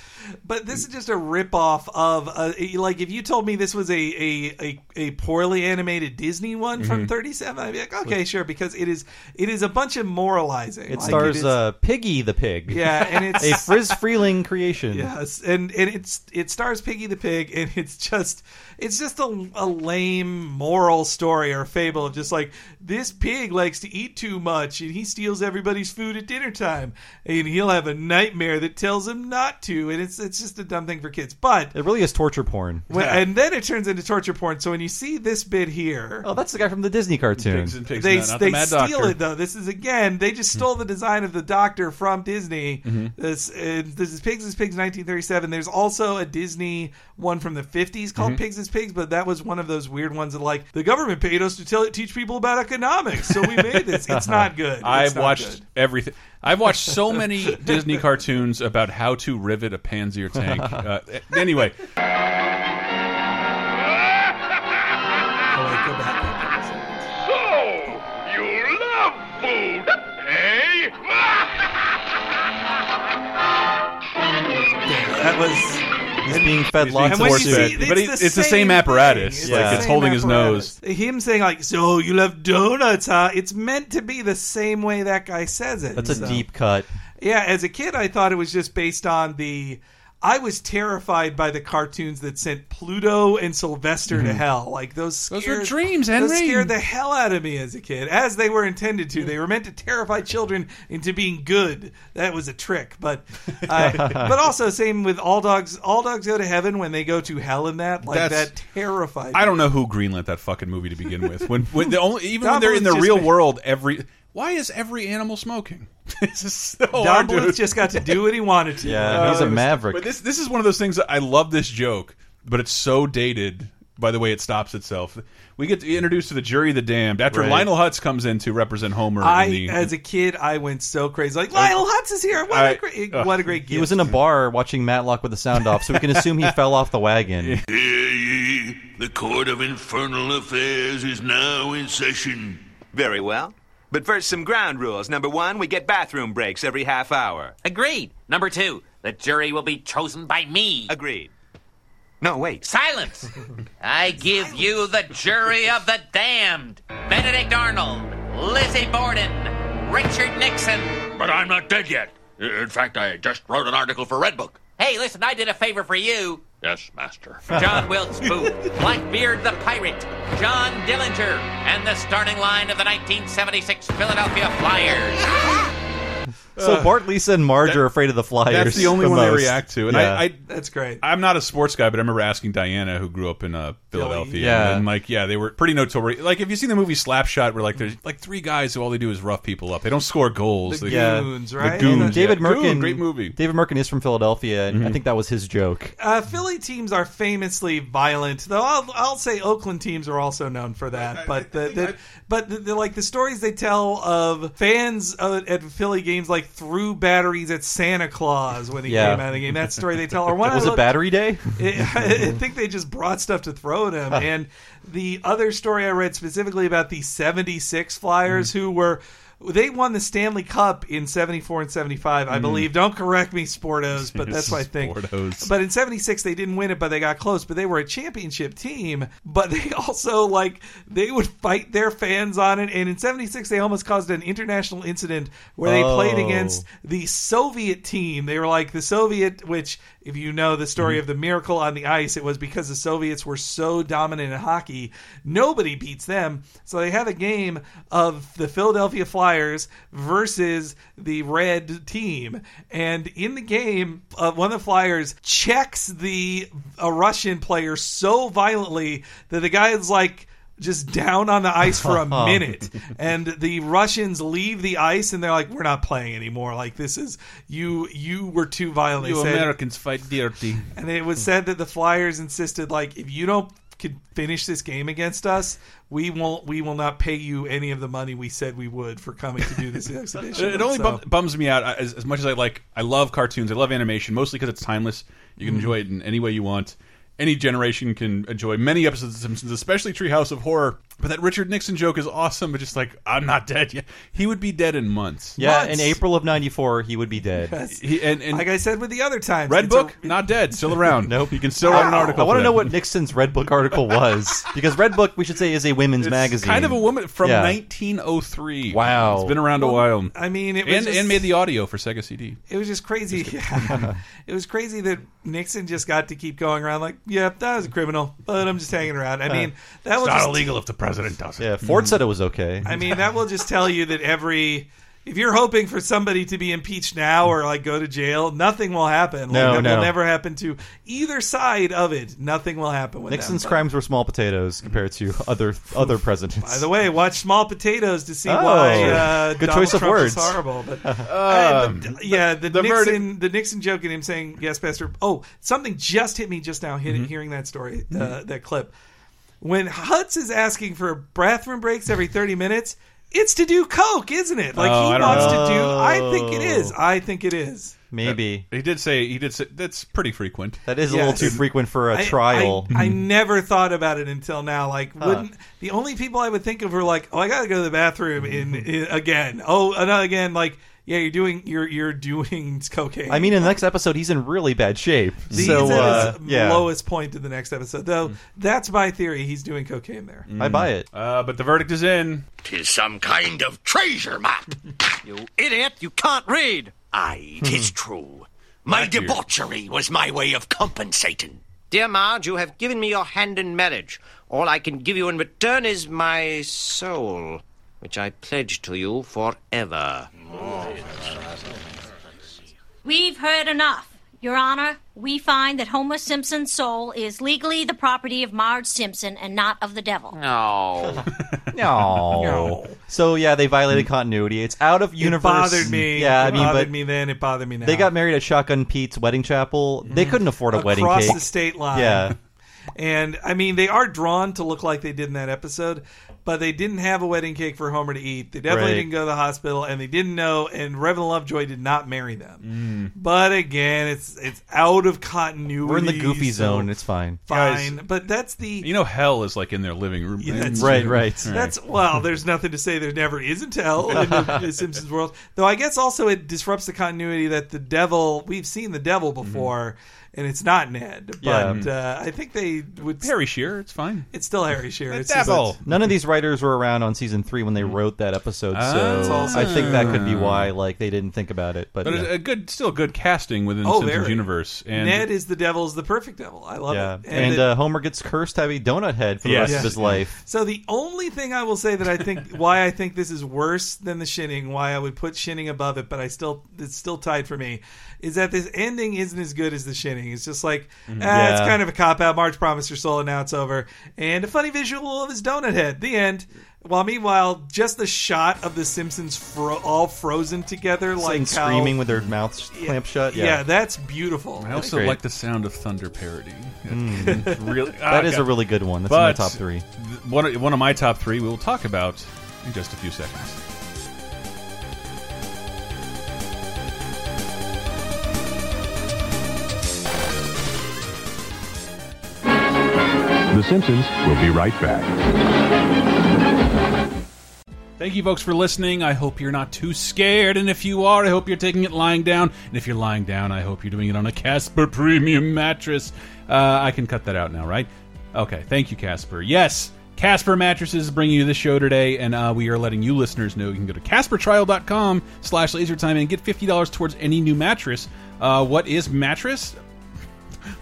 Speaker 4: But this is just a ripoff of a, like if you told me this was a a, a, a poorly animated Disney one from
Speaker 3: Mhm.
Speaker 4: thirty seven, I'd be like, okay, sure, because it is it is a bunch of moralizing.
Speaker 3: It
Speaker 4: Like,
Speaker 3: stars
Speaker 4: is-
Speaker 3: uh, Piggy the pig.
Speaker 4: Yeah, and it's-
Speaker 3: a Friz Freeling creation.
Speaker 4: Yes, and and it's it stars Piggy the Pig, and it's just it's just a, a lame moral story or fable of just like this pig likes to eat too much, and he steals everybody's food at dinner time, and he'll have a nightmare that tells him not to, and it's it's just a dumb thing for kids. But
Speaker 3: It really is torture porn.
Speaker 4: when, and then it turns into torture porn. So when you see this bit here,
Speaker 3: oh, that's the guy from the Disney cartoon.
Speaker 4: they they steal it though. This is again they just stole the design of the Doctor from Disney.
Speaker 1: Mm-hmm.
Speaker 3: Mhm.
Speaker 4: This uh, this is Pigs as Pigs 1937. There's also a Disney one from the 50s
Speaker 1: Mm-hmm.
Speaker 4: called
Speaker 3: Mhm.
Speaker 4: Pigs as Pigs, but that was one of those weird ones that like the government paid us to tell teach people about economics, so we made this. It's not good. It's
Speaker 1: I've
Speaker 4: not
Speaker 1: watched
Speaker 4: good.
Speaker 1: everything. I've watched so many Disney cartoons about how to rivet a pansier tank. Uh, anyway,
Speaker 11: So, you love food, eh?
Speaker 4: that was
Speaker 3: he's being fed lots
Speaker 4: And
Speaker 3: of
Speaker 4: when you
Speaker 3: horse
Speaker 4: see-
Speaker 3: food.
Speaker 1: But he- it's the same apparatus.
Speaker 4: It's
Speaker 1: Like,
Speaker 4: the
Speaker 1: it's
Speaker 4: same
Speaker 1: holding his
Speaker 4: apparatus. Him saying like, "So you love donuts, huh?" It's meant to be the same way that guy says it.
Speaker 3: That's a
Speaker 4: So-
Speaker 3: deep cut.
Speaker 4: Yeah, as a kid, I thought it was just based on the. I was terrified by the cartoons that sent Pluto and Sylvester to
Speaker 1: Mhm.
Speaker 4: hell. Like those scared,
Speaker 1: Those were dreams,
Speaker 4: Those
Speaker 1: Henry.
Speaker 4: scared the hell out of me as a kid, as they were intended to. They were meant to terrify children into being good. That was a trick, but uh, but also same with all dogs. All dogs go to heaven when they go to hell. In that, like
Speaker 1: That's-
Speaker 4: that terrified.
Speaker 1: I don't know who greenlit that fucking movie to begin with. When, when the only even when
Speaker 4: Don
Speaker 1: they're in the
Speaker 4: Bluth
Speaker 1: real
Speaker 4: just-
Speaker 1: world, every why is every animal smoking? it's just so
Speaker 4: Don
Speaker 1: hard to-
Speaker 4: Bluth just got to do what he wanted to.
Speaker 1: Uh,
Speaker 3: he's a maverick.
Speaker 1: But this this is one of those things that I love this joke, but it's so dated by the way it stops itself. We get to be introduced to the jury of the damned after
Speaker 4: Right.
Speaker 1: Lionel Hutz comes in to represent Homer. in
Speaker 4: I,
Speaker 1: the,
Speaker 4: as a kid, I went so crazy. Like Lionel Hutz is here. What,
Speaker 1: I-
Speaker 4: a great,
Speaker 1: ugh.
Speaker 4: what a great
Speaker 3: He
Speaker 4: gift.
Speaker 3: was in a bar watching Matlock with the sound off, so we can assume he fell off the wagon.
Speaker 11: Hear
Speaker 1: E,
Speaker 11: ye, the Court of Infernal Affairs is now in session.
Speaker 12: Very well. But first, some ground rules. Number one, we get bathroom breaks every half hour.
Speaker 10: Agreed. Number two, the jury will be chosen by me.
Speaker 12: Agreed. No, wait.
Speaker 10: Silence! I give you the jury of the damned Benedict Arnold, Lizzie Borden, Richard Nixon.
Speaker 5: But I'm not dead yet. In fact, I just wrote an article for Redbook.
Speaker 10: Hey, listen, I did a favor for you.
Speaker 5: Yes, Master.
Speaker 10: John Wilkes Booth, Blackbeard the Pirate, John Dillinger, and the starting line of the 1976 Philadelphia Flyers.
Speaker 3: So Bart, Lisa, and Marge are afraid of Uh, the flyers.
Speaker 1: That's the only one
Speaker 3: most.
Speaker 1: they react to, and
Speaker 3: Yeah.
Speaker 1: I, I
Speaker 4: that's great.
Speaker 1: I'm not a sports guy, but I remember asking Diana, who grew up in uh, Philadelphia,
Speaker 3: Yeah.
Speaker 1: and like, yeah, they were pretty notorious. Like, if you seen the movie Slapshot, where like there's like three guys who all they do is rough people up. They don't score goals.
Speaker 4: The
Speaker 1: They-
Speaker 4: Goons, right?
Speaker 1: The Goons.
Speaker 4: And
Speaker 3: David
Speaker 1: yeah.
Speaker 3: Merkin,
Speaker 1: Goon, great movie.
Speaker 3: David Merkin is from Philadelphia, and I think that was his joke.
Speaker 4: Uh, Philly teams are famously violent, though I'll, I'll say Oakland teams are also known for that. But the, the but the, the, like the stories they tell of fans uh, at Philly games like threw batteries at Santa Claus when he
Speaker 3: Yeah.
Speaker 4: came out of the game. That story they tell. Or one I
Speaker 3: was it
Speaker 4: looked-
Speaker 3: Battery Day?
Speaker 4: I think they just brought stuff to throw at him. and the other story I read specifically about the 76 Flyers who were. They won the Stanley Cup in 74 and 75, I
Speaker 1: Mm.
Speaker 4: believe. Don't correct me, Sportos, but that's what I think.
Speaker 1: Sportos.
Speaker 4: But in 76, they didn't win it, but they got close. But they were a championship team. But they also, like, they would fight their fans on it. And in 76, they almost caused an international incident where they played
Speaker 3: Oh.
Speaker 4: against the Soviet team. They were like the Soviet, which, if you know the story of the miracle on the ice, it was because the Soviets were so dominant in hockey, nobody beats them. So they had a game of the Philadelphia Flyers versus the red team. And in the game, uh, one of the Flyers checks the a Russian player so violently that the guy is like, just down on the ice for a minute and the russians leave the ice and they're like we're not playing anymore like this is you you were too violent They
Speaker 1: you
Speaker 4: said-
Speaker 1: Americans fight dirty.
Speaker 4: and it was said that the flyers insisted like if you don't could finish this game against us we won't we will not pay you any of the money we said we would for coming to do this exhibition
Speaker 1: It only
Speaker 4: So-
Speaker 1: bum- bums me out I- as, as much as I like. I love cartoons. I love animation mostly because it's timeless. You can
Speaker 4: Mhm.
Speaker 1: enjoy it in any way you want. Any generation can enjoy many episodes of The Simpsons, especially Treehouse of Horror. But that Richard Nixon joke is awesome. But just like I'm not dead yet. He would be dead in months.
Speaker 3: Yeah, in April of '94, he would be dead.
Speaker 4: Yes.
Speaker 1: He- and, and
Speaker 4: like I said with the other times,
Speaker 1: Red
Speaker 4: it's a-
Speaker 1: Book not dead, still around. nope, you can still write an article.
Speaker 3: I want
Speaker 1: for
Speaker 3: to know
Speaker 1: that.
Speaker 3: what Nixon's Red Book article was because Red Book, we should say, is a women's magazine.
Speaker 1: Kind of a woman from
Speaker 3: Yeah.
Speaker 1: 1903.
Speaker 3: Wow.
Speaker 1: it's been around a
Speaker 3: Well,
Speaker 1: while.
Speaker 4: I mean, it was
Speaker 1: and
Speaker 4: just-
Speaker 1: and made the audio for Sega CD.
Speaker 4: It was just crazy. Yeah. it was crazy that Nixon just got to keep going around like, "Yep, that was a criminal, but I'm just hanging around." I mean, that was just,
Speaker 1: if the president does it.
Speaker 3: Yeah, Ford said it was okay.
Speaker 4: I mean, that will just tell you that every if you're hoping for somebody to be impeached now or like go to jail, nothing will happen.
Speaker 3: No,
Speaker 4: like, that
Speaker 3: no.
Speaker 4: will never happen to either side of it. Nothing will happen with
Speaker 3: Nixon's
Speaker 4: them. But-
Speaker 3: crimes were small potatoes compared to other other presidents.
Speaker 4: By the way, watch Small Potatoes to see
Speaker 3: Oh.
Speaker 4: why uh,
Speaker 3: Good
Speaker 4: Donald
Speaker 3: choice of
Speaker 4: Trump
Speaker 3: words.
Speaker 4: is horrible. But,
Speaker 3: Um,
Speaker 4: Uh, but, yeah, the,
Speaker 1: the
Speaker 4: Nixon the Nixon joke and him saying yes, Pastor. Oh, something just hit me just now. Hit, Hearing that story, uh,
Speaker 1: Mhm.
Speaker 4: that clip when Hutz is asking for bathroom breaks every thirty minutes. It's to do coke, isn't it? Like
Speaker 1: Oh, I
Speaker 4: he
Speaker 1: don't
Speaker 4: wants
Speaker 1: know.
Speaker 4: to do. I think it is. I think it is.
Speaker 3: Maybe
Speaker 1: he did say he did say that's pretty frequent.
Speaker 3: That is a little
Speaker 4: Yes.
Speaker 3: too frequent for a
Speaker 4: I-
Speaker 3: trial. Mm-hmm.
Speaker 4: I, I never thought about it until now. Like,
Speaker 3: Huh.
Speaker 4: wouldn't the only people I would think of were like, "Oh, I gotta go to the bathroom in,
Speaker 3: Mm-hmm.
Speaker 4: in- again." Oh, another again. Like, yeah, you're doing you're you're doing cocaine.
Speaker 3: I mean, in the next episode, he's in really bad shape.
Speaker 4: These
Speaker 3: so
Speaker 4: is
Speaker 3: uh, yeah, Mm.
Speaker 4: lowest point in the next episode, though. That's my theory. He's doing cocaine there.
Speaker 3: I buy it.
Speaker 1: Uh, but the verdict is in.
Speaker 13: Tis some kind of treasure map. you idiot, you can't read. Hmm. Aye, tis true. My
Speaker 10: Thank you.
Speaker 13: debauchery was my way of compensating.
Speaker 10: Dear Marge, you have given me your hand in marriage. All I can give you in return is my soul, which I pledge to you forever.
Speaker 14: We've heard enough. Your Honor, we find that Homer Simpson's soul is legally the property of Marge Simpson and not of the devil.
Speaker 10: No.
Speaker 3: no. So yeah, they violated continuity. It's out of
Speaker 4: It
Speaker 3: Oh. universe.
Speaker 4: bothered me.
Speaker 3: Yeah,
Speaker 4: it
Speaker 3: I mean,
Speaker 4: bothered
Speaker 3: but
Speaker 4: me then. It bothered me now.
Speaker 3: they got married at Shotgun Pete's wedding chapel. They couldn't afford a wedding
Speaker 4: Mm-hmm. across
Speaker 3: cake.
Speaker 4: the state line.
Speaker 3: Yeah.
Speaker 4: and I mean they are drawn to look like they did in that episode, but they didn't have a wedding cake for Homer to eat. They definitely
Speaker 3: Right.
Speaker 4: didn't go to the hospital, and they didn't know. And Reverend Lovejoy did not marry them. But again, it's it's out of continuity.
Speaker 3: Mm. We're in the goofy
Speaker 4: so
Speaker 3: zone. It's fine.
Speaker 4: Fine, but that's the
Speaker 1: You know, hell is like in their living room.
Speaker 4: yeah, that's
Speaker 3: Right,
Speaker 4: true.
Speaker 3: right.
Speaker 4: That's well. There's nothing to say there never isn't hell in the, the Simpsons world. Though I guess also it disrupts the continuity that the devil. We've seen the devil before, and it's not Ned. But
Speaker 3: Mm-hmm. Yeah.
Speaker 4: uh, I think they would
Speaker 1: Harry Shearer. It's fine.
Speaker 4: It's still Harry Shearer. It's just-
Speaker 3: None of these writers were around on season three when they
Speaker 4: Mm.
Speaker 3: wrote that episode,
Speaker 4: Ah,
Speaker 1: That's
Speaker 3: so
Speaker 1: also
Speaker 3: I think that could be
Speaker 1: true.
Speaker 3: why like they didn't think about it. But,
Speaker 1: But
Speaker 3: yeah.
Speaker 1: a good, still good casting within
Speaker 4: Oh,
Speaker 1: the Simpsons
Speaker 4: very.
Speaker 1: universe. And
Speaker 4: Ned is the devil is the perfect devil. I love
Speaker 3: Yeah.
Speaker 4: it.
Speaker 3: and,
Speaker 4: it-
Speaker 3: uh, Homer gets cursed to have a donut head for the rest
Speaker 4: Yes.
Speaker 3: of his life.
Speaker 4: So the only thing I will say that I think why I think this is worse than the shinning, why I would put shinning above it, but I still it's still tied for me, is that this ending isn't as good as the shinning. It's just like
Speaker 3: Mhm.
Speaker 4: ah, it's
Speaker 3: Yeah.
Speaker 4: kind of a cop out. March promised her soul, and now it's over. And a funny visual of his donut head. The end. While meanwhile, just the shot of the Simpsons fro- all frozen together,
Speaker 3: Sitting
Speaker 4: like how-
Speaker 3: screaming with their mouths clamped shut. Yeah.
Speaker 4: that's beautiful.
Speaker 1: I also
Speaker 3: Great.
Speaker 1: like the sound of thunder parody.
Speaker 3: Mm.
Speaker 1: really,
Speaker 3: That
Speaker 1: Ah,
Speaker 3: is a
Speaker 1: God.
Speaker 3: really good one. That's in my
Speaker 1: But
Speaker 3: top three.
Speaker 1: th- One, of- one of my top three. We will talk about in just a few seconds.
Speaker 15: The Simpsons will be right back.
Speaker 1: Thank you, folks, for listening. I hope you're not too scared, and if you are, I hope you're taking it lying down. And if you're lying down, I hope you're doing it on a Casper Premium mattress. Uh, I can cut that out now, right? Okay, thank you, Casper. Yes, Casper Mattresses is bringing you this show today, and uh, we are letting you listeners know you can go to CasperTrial.com slash LaserTime and get fifty dollars towards any new mattress. Uh, what is mattress?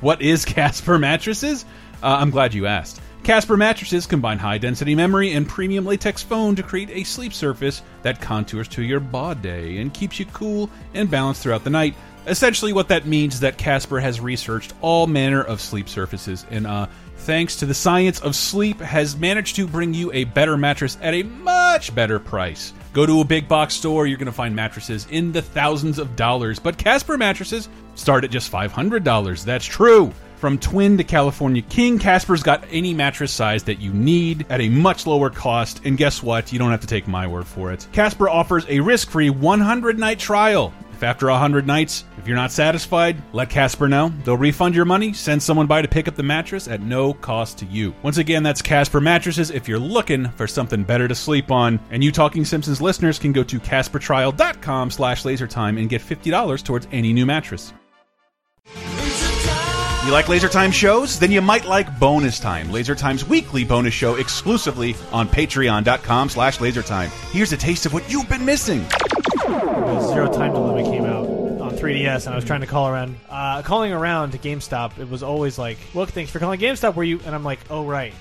Speaker 1: What is Casper mattresses? Uh, I'm glad you asked. Casper mattresses combine high density memory and premium latex foam to create a sleep surface that contours to your body and keeps you cool and balanced throughout the night. Essentially, what that means is that Casper has researched all manner of sleep surfaces and, uh, thanks to the science of sleep, has managed to bring you a better mattress at a much better price. Go to a big box store, you're going to find mattresses in the thousands of dollars, but Casper mattresses start at just $500. That's true. From twin to California king, Casper's got any mattress size that you need at a much lower cost. And guess what? You don't have to take my word for it. Casper offers a risk free 100 night trial. If If after 100 nights, if you're not satisfied, let Casper know. They'll refund your money, send someone by to pick up the mattress at no cost to you. Once again, that's Casper Mattresses if you're looking for something better to sleep on. And you Talking Simpsons listeners can go to CasperTrial.com slash lasertime and get $50 towards any new mattress. You like Laser Time shows? Then you might like Bonus Time, Laser Time's weekly bonus show exclusively on patreon.com slash lasertime. Here's a taste of what you've been missing.
Speaker 16: Zero Time Dilemma came out on 3DS, and I was trying to call around, uh, calling around to GameStop. It was always like, "Look, thanks for calling GameStop." Where you? And I'm like, "Oh right."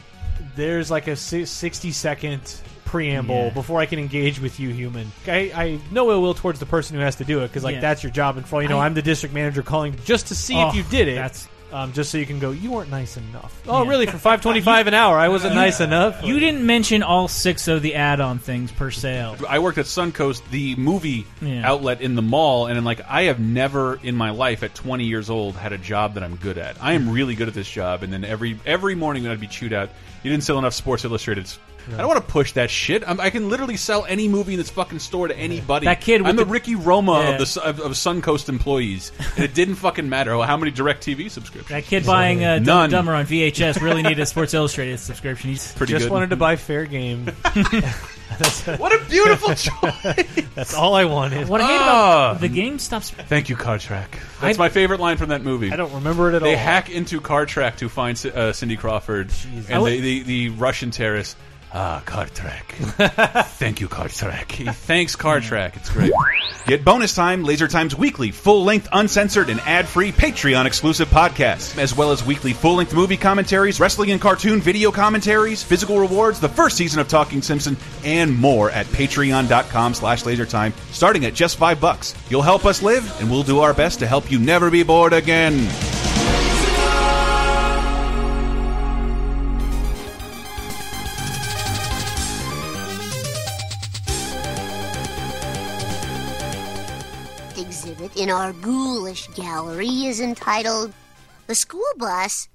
Speaker 16: There's like a si- 60 second preamble
Speaker 17: Yeah.
Speaker 16: before I can engage with you, human. I, I no ill will towards the person who has to do it because like
Speaker 17: Yeah.
Speaker 16: that's your job. And for all you know,
Speaker 17: I-
Speaker 16: I, am the district manager calling just to see
Speaker 17: Oh,
Speaker 16: if you did it. That's um, just so you can go. You weren't nice enough. Oh, really? For five twenty-five an hour, I wasn't nice enough.
Speaker 17: You didn't mention all six of the add-on things per sale.
Speaker 1: I worked at Suncoast, the movie
Speaker 17: Yeah.
Speaker 1: outlet in the mall, and I'm like, I have never in my life at 20 years old had a job that I'm good at. I am
Speaker 17: Hmm.
Speaker 1: really good at this job, and then every every morning that I'd be chewed out, you didn't sell enough Sports Illustrated. I don't want to push that shit. I'm, I can literally sell any movie in this fucking store to anybody.
Speaker 17: That kid with
Speaker 1: I'm the,
Speaker 17: the-
Speaker 1: Ricky Roma
Speaker 17: Yeah.
Speaker 1: of the of, of Suncoast employees, and it didn't fucking matter how many DirecTV subscriptions.
Speaker 17: That kid buying uh, Dumb
Speaker 1: None.
Speaker 17: and Dumber on VHS really needed a Sports Illustrated subscription. He's
Speaker 1: Pretty
Speaker 16: just
Speaker 1: good.
Speaker 16: wanted to buy fair game.
Speaker 1: what a beautiful choice.
Speaker 16: That's all I wanted.
Speaker 17: What I hate
Speaker 1: Ah.
Speaker 17: about the GameStop's
Speaker 1: Thank you, Cartrack. That's
Speaker 17: I-
Speaker 1: my favorite line from that movie.
Speaker 16: I don't remember it at
Speaker 1: they
Speaker 16: all.
Speaker 1: hack into Cartrack to find C- uh, Cindy Crawford
Speaker 16: I
Speaker 1: and
Speaker 16: would-
Speaker 1: the, the, the Russian terrorist. Ah, Cartrack. Thank you, Cartrack. He thanks Cartrack. It's great. Get bonus time, Laser Times weekly, full length, uncensored, and ad free Patreon exclusive podcasts, as well as weekly full length movie commentaries, wrestling and cartoon video commentaries, physical rewards, the first season of Talking Simpson, and more at patreon.com slash lasertime, starting at just five bucks. You'll help us live, and we'll do our best to help you never be bored again.
Speaker 18: exhibit in our ghoulish gallery is entitled The School Bus.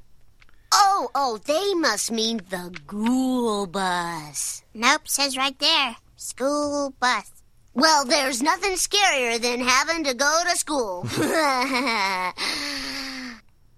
Speaker 18: Oh, oh, they must mean the ghoul bus. Nope, says right there School Bus. Well, there's nothing scarier than having to go to school.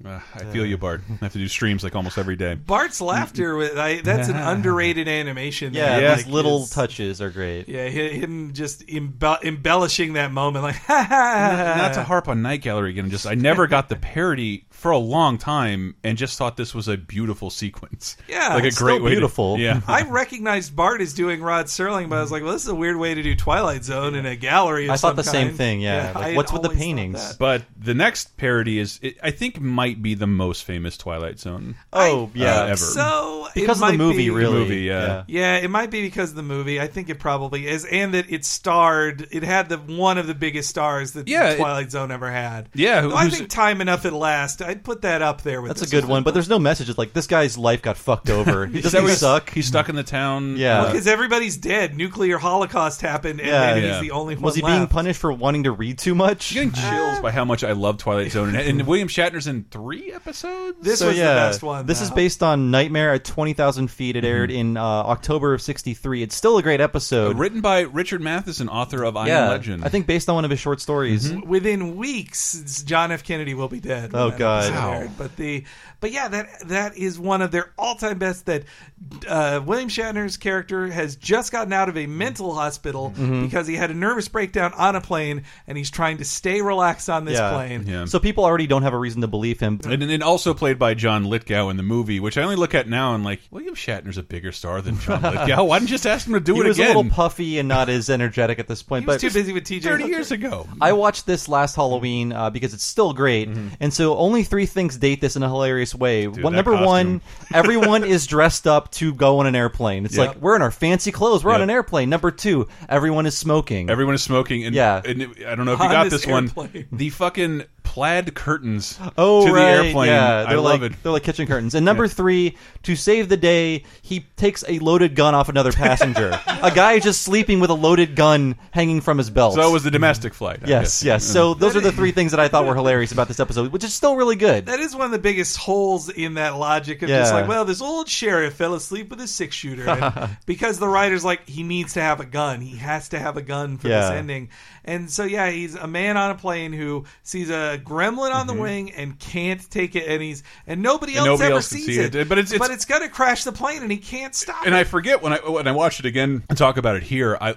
Speaker 1: Uh, I feel you, Bart. I have to do streams like almost every day.
Speaker 4: Bart's laughter with I, that's an
Speaker 1: Yeah.
Speaker 4: underrated animation.
Speaker 3: Yeah,
Speaker 4: that,
Speaker 3: those
Speaker 4: like,
Speaker 3: little
Speaker 4: is-
Speaker 3: touches are great.
Speaker 4: Yeah, hi- him just embe- embellishing that moment, like ha
Speaker 1: not,
Speaker 4: ha.
Speaker 1: not to harp on Night Gallery again. Just I never got the parody for a long time, and just thought this was a beautiful sequence.
Speaker 4: Yeah,
Speaker 1: like a
Speaker 4: it's
Speaker 1: great
Speaker 4: still
Speaker 1: way. to-
Speaker 3: beautiful.
Speaker 1: yeah,
Speaker 4: I recognized Bart as doing Rod Serling, but I was like, well, this is a weird way to do Twilight Zone in a gallery. Of
Speaker 3: I thought
Speaker 4: some
Speaker 3: the same
Speaker 4: kind.
Speaker 3: thing, yeah. Like,
Speaker 4: I had
Speaker 3: what's with the
Speaker 4: always thought
Speaker 3: paintings?
Speaker 4: that.
Speaker 1: But the next parody is, it, I think, might be the most famous Twilight Zone.
Speaker 3: Oh,
Speaker 1: uh,
Speaker 3: yeah.
Speaker 1: ever.
Speaker 4: So it
Speaker 3: Because of the
Speaker 4: might
Speaker 3: movie,
Speaker 4: be-
Speaker 3: Oh, really.
Speaker 1: Movie, yeah.
Speaker 3: Yeah.
Speaker 4: Yeah, it might be because of the movie. I think it probably is, and that it starred. It had the one of the biggest stars that
Speaker 3: Yeah, it-
Speaker 4: Twilight Zone ever had.
Speaker 3: Yeah, who-
Speaker 4: Though I
Speaker 3: who's-
Speaker 4: think Time Enough at Last. I'd put that up there with.
Speaker 3: That's a
Speaker 4: this
Speaker 3: good one, but there's no message. It's like this guy's life got fucked over. He
Speaker 1: Is that
Speaker 3: doesn't
Speaker 1: what
Speaker 3: he
Speaker 1: he's-
Speaker 3: suck.
Speaker 1: He's stuck in the town.
Speaker 3: Yeah.
Speaker 4: because everybody's dead. Nuclear holocaust happened, and
Speaker 3: yeah,
Speaker 4: then he's the only one.
Speaker 3: Was he
Speaker 4: left.
Speaker 3: being punished for wanting to read too much?
Speaker 1: Getting chills by how much I love Twilight Zone, and, and William Shatner's in three episodes.
Speaker 4: This was the best one.
Speaker 3: This
Speaker 4: though. Mhm.
Speaker 3: is based on Nightmare at 20,000 Feet. It aired in uh, October of 63. It's still a great episode.
Speaker 1: written by Richard Matheson, author of I Am
Speaker 3: yeah,
Speaker 1: Legend.
Speaker 3: I think based on one of his short stories.
Speaker 4: Mm-hmm. within weeks it's- John F. Kennedy will be dead. when
Speaker 3: Oh,
Speaker 4: that
Speaker 3: God.
Speaker 4: episode
Speaker 3: Wow.
Speaker 4: aired. But the but yeah, that that is one of their all time best. That uh, William Shatner's character has just gotten out of a mental hospital
Speaker 3: Mhm.
Speaker 4: because he had a nervous breakdown on a plane, and he's trying to stay relaxed on this
Speaker 3: yeah.
Speaker 4: plane.
Speaker 3: So people already don't have a reason to believe him.
Speaker 1: And, and also played by John Lithgow in the movie, which I only look at now and like William Shatner's a bigger star than John Lithgow. Why didn't you just ask him to do
Speaker 3: he
Speaker 1: it
Speaker 3: was
Speaker 1: again?
Speaker 3: a little puffy and not as energetic at this point.
Speaker 4: He was
Speaker 3: but
Speaker 4: too busy with TJ.
Speaker 1: Thirty
Speaker 4: Hooker.
Speaker 1: years ago.
Speaker 3: I watched this last Halloween uh, because it's still great, and so only three things date this in a hilarious way. One-
Speaker 1: Mm-hmm. that
Speaker 3: number
Speaker 1: costume.
Speaker 3: one, everyone is dressed up to go on an airplane. It's
Speaker 1: Yep.
Speaker 3: like we're in our fancy clothes, we're on
Speaker 1: Yep.
Speaker 3: an airplane. Number two, everyone is smoking.
Speaker 1: Everyone is smoking, and
Speaker 3: yeah,
Speaker 1: and it- I don't know if
Speaker 3: On
Speaker 1: you got
Speaker 3: this
Speaker 1: this
Speaker 3: airplane.
Speaker 1: one. The fucking plaid curtains
Speaker 3: Oh,
Speaker 1: to the
Speaker 3: right,
Speaker 1: airplane.
Speaker 3: Yeah,
Speaker 1: I
Speaker 3: they're like,
Speaker 1: love it.
Speaker 3: They're like kitchen curtains. And number three, to save the day, he takes a loaded gun off another passenger. a guy just sleeping with a loaded gun hanging from his belt.
Speaker 1: So that was Mm-hmm. the domestic flight. I
Speaker 3: Yes,
Speaker 1: guess.
Speaker 3: yes. So those are the three things that I thought were hilarious about this episode, which is still really good.
Speaker 4: That is one of the biggest holes in that logic of just
Speaker 3: Yeah.
Speaker 4: like, well, this old sheriff fell asleep with a six shooter and because the writer's like, he needs to have a gun. He has to have a gun for
Speaker 3: Yeah.
Speaker 4: this ending. And so yeah, he's a man on a plane who sees a gremlin on the wing and can't take it, and he's and nobody
Speaker 1: Mm-hmm. And
Speaker 4: else
Speaker 1: nobody
Speaker 4: ever
Speaker 1: else can
Speaker 4: sees
Speaker 1: see
Speaker 4: it.
Speaker 1: it, but it's- it's-
Speaker 4: it's gonna crash the plane, and he can't stop
Speaker 1: And
Speaker 4: it.
Speaker 1: I forget when I when I watched it again and talk about it here. I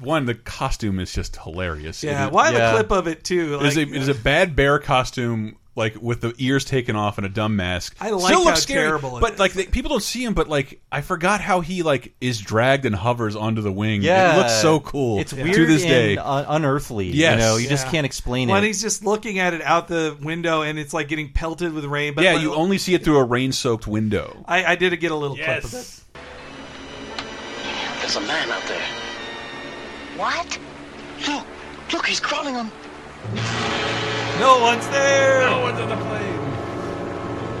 Speaker 1: one the costume is just hilarious.
Speaker 4: yeah,
Speaker 1: It-
Speaker 4: well, I have
Speaker 1: yeah.
Speaker 4: a clip of it too.
Speaker 1: it, is a,
Speaker 4: Like,
Speaker 1: it is a bad bear costume, like with the ears taken off and a dumb mask.
Speaker 4: I like
Speaker 1: Still
Speaker 4: how
Speaker 1: looks scary,
Speaker 4: terrible it
Speaker 1: but like the, people don't see him. But like I forgot how he like is dragged and hovers onto the wing.
Speaker 3: Yeah.
Speaker 1: it looks so cool.
Speaker 3: It's
Speaker 1: to
Speaker 3: weird
Speaker 1: this
Speaker 3: and
Speaker 1: day.
Speaker 3: un- unearthly, you
Speaker 1: Yes.
Speaker 3: know, you just can't explain
Speaker 4: when
Speaker 3: it.
Speaker 4: he's just looking at it out the window, and it's like getting pelted with rain. But
Speaker 1: yeah,
Speaker 4: but
Speaker 1: you only see it through a rain-soaked window.
Speaker 4: I, I did get a little clip of it.
Speaker 13: There's a man out there.
Speaker 18: What?
Speaker 13: Look, look, he's crawling on.
Speaker 4: No one's there. No
Speaker 1: one's on the plane.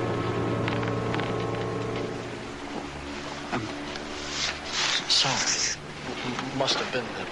Speaker 13: Sorry. He must have been there.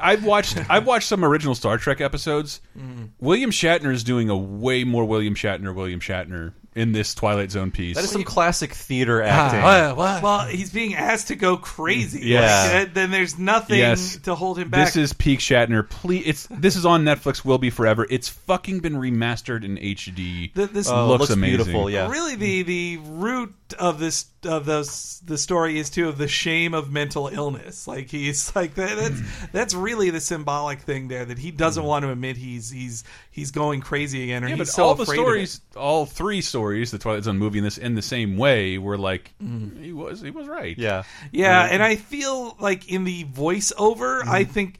Speaker 1: I've watched I've watched some original Star Trek episodes.
Speaker 4: Mm.
Speaker 1: William Shatner is doing a way more William Shatner William Shatner in this Twilight Zone piece.
Speaker 3: That is some classic theater acting.
Speaker 1: Ah,
Speaker 4: Well, he's being asked to go crazy.
Speaker 1: Yeah.
Speaker 4: Like, that- then there's nothing
Speaker 1: Yes.
Speaker 4: to hold him back.
Speaker 1: This is peak Shatner. Please, it's this is on Netflix. Will be forever. It's fucking been remastered in HD.
Speaker 4: Th- this
Speaker 1: looks, amazing.
Speaker 4: Really, the the root of this of those the story is too of the shame of mental illness. Like he's like that, that's that's really the symbolic thing there that he doesn't
Speaker 1: Hmm.
Speaker 4: want to admit he's he's he's going crazy again or
Speaker 1: Yeah, but
Speaker 4: he's so
Speaker 1: all the
Speaker 4: afraid of
Speaker 1: stories, all three stories, the Twilight Zone movie and this, in the same way, were like he was he was right.
Speaker 3: Yeah,
Speaker 4: it. Yeah, and I feel like in the voiceover, I
Speaker 3: Mm-hmm.
Speaker 4: think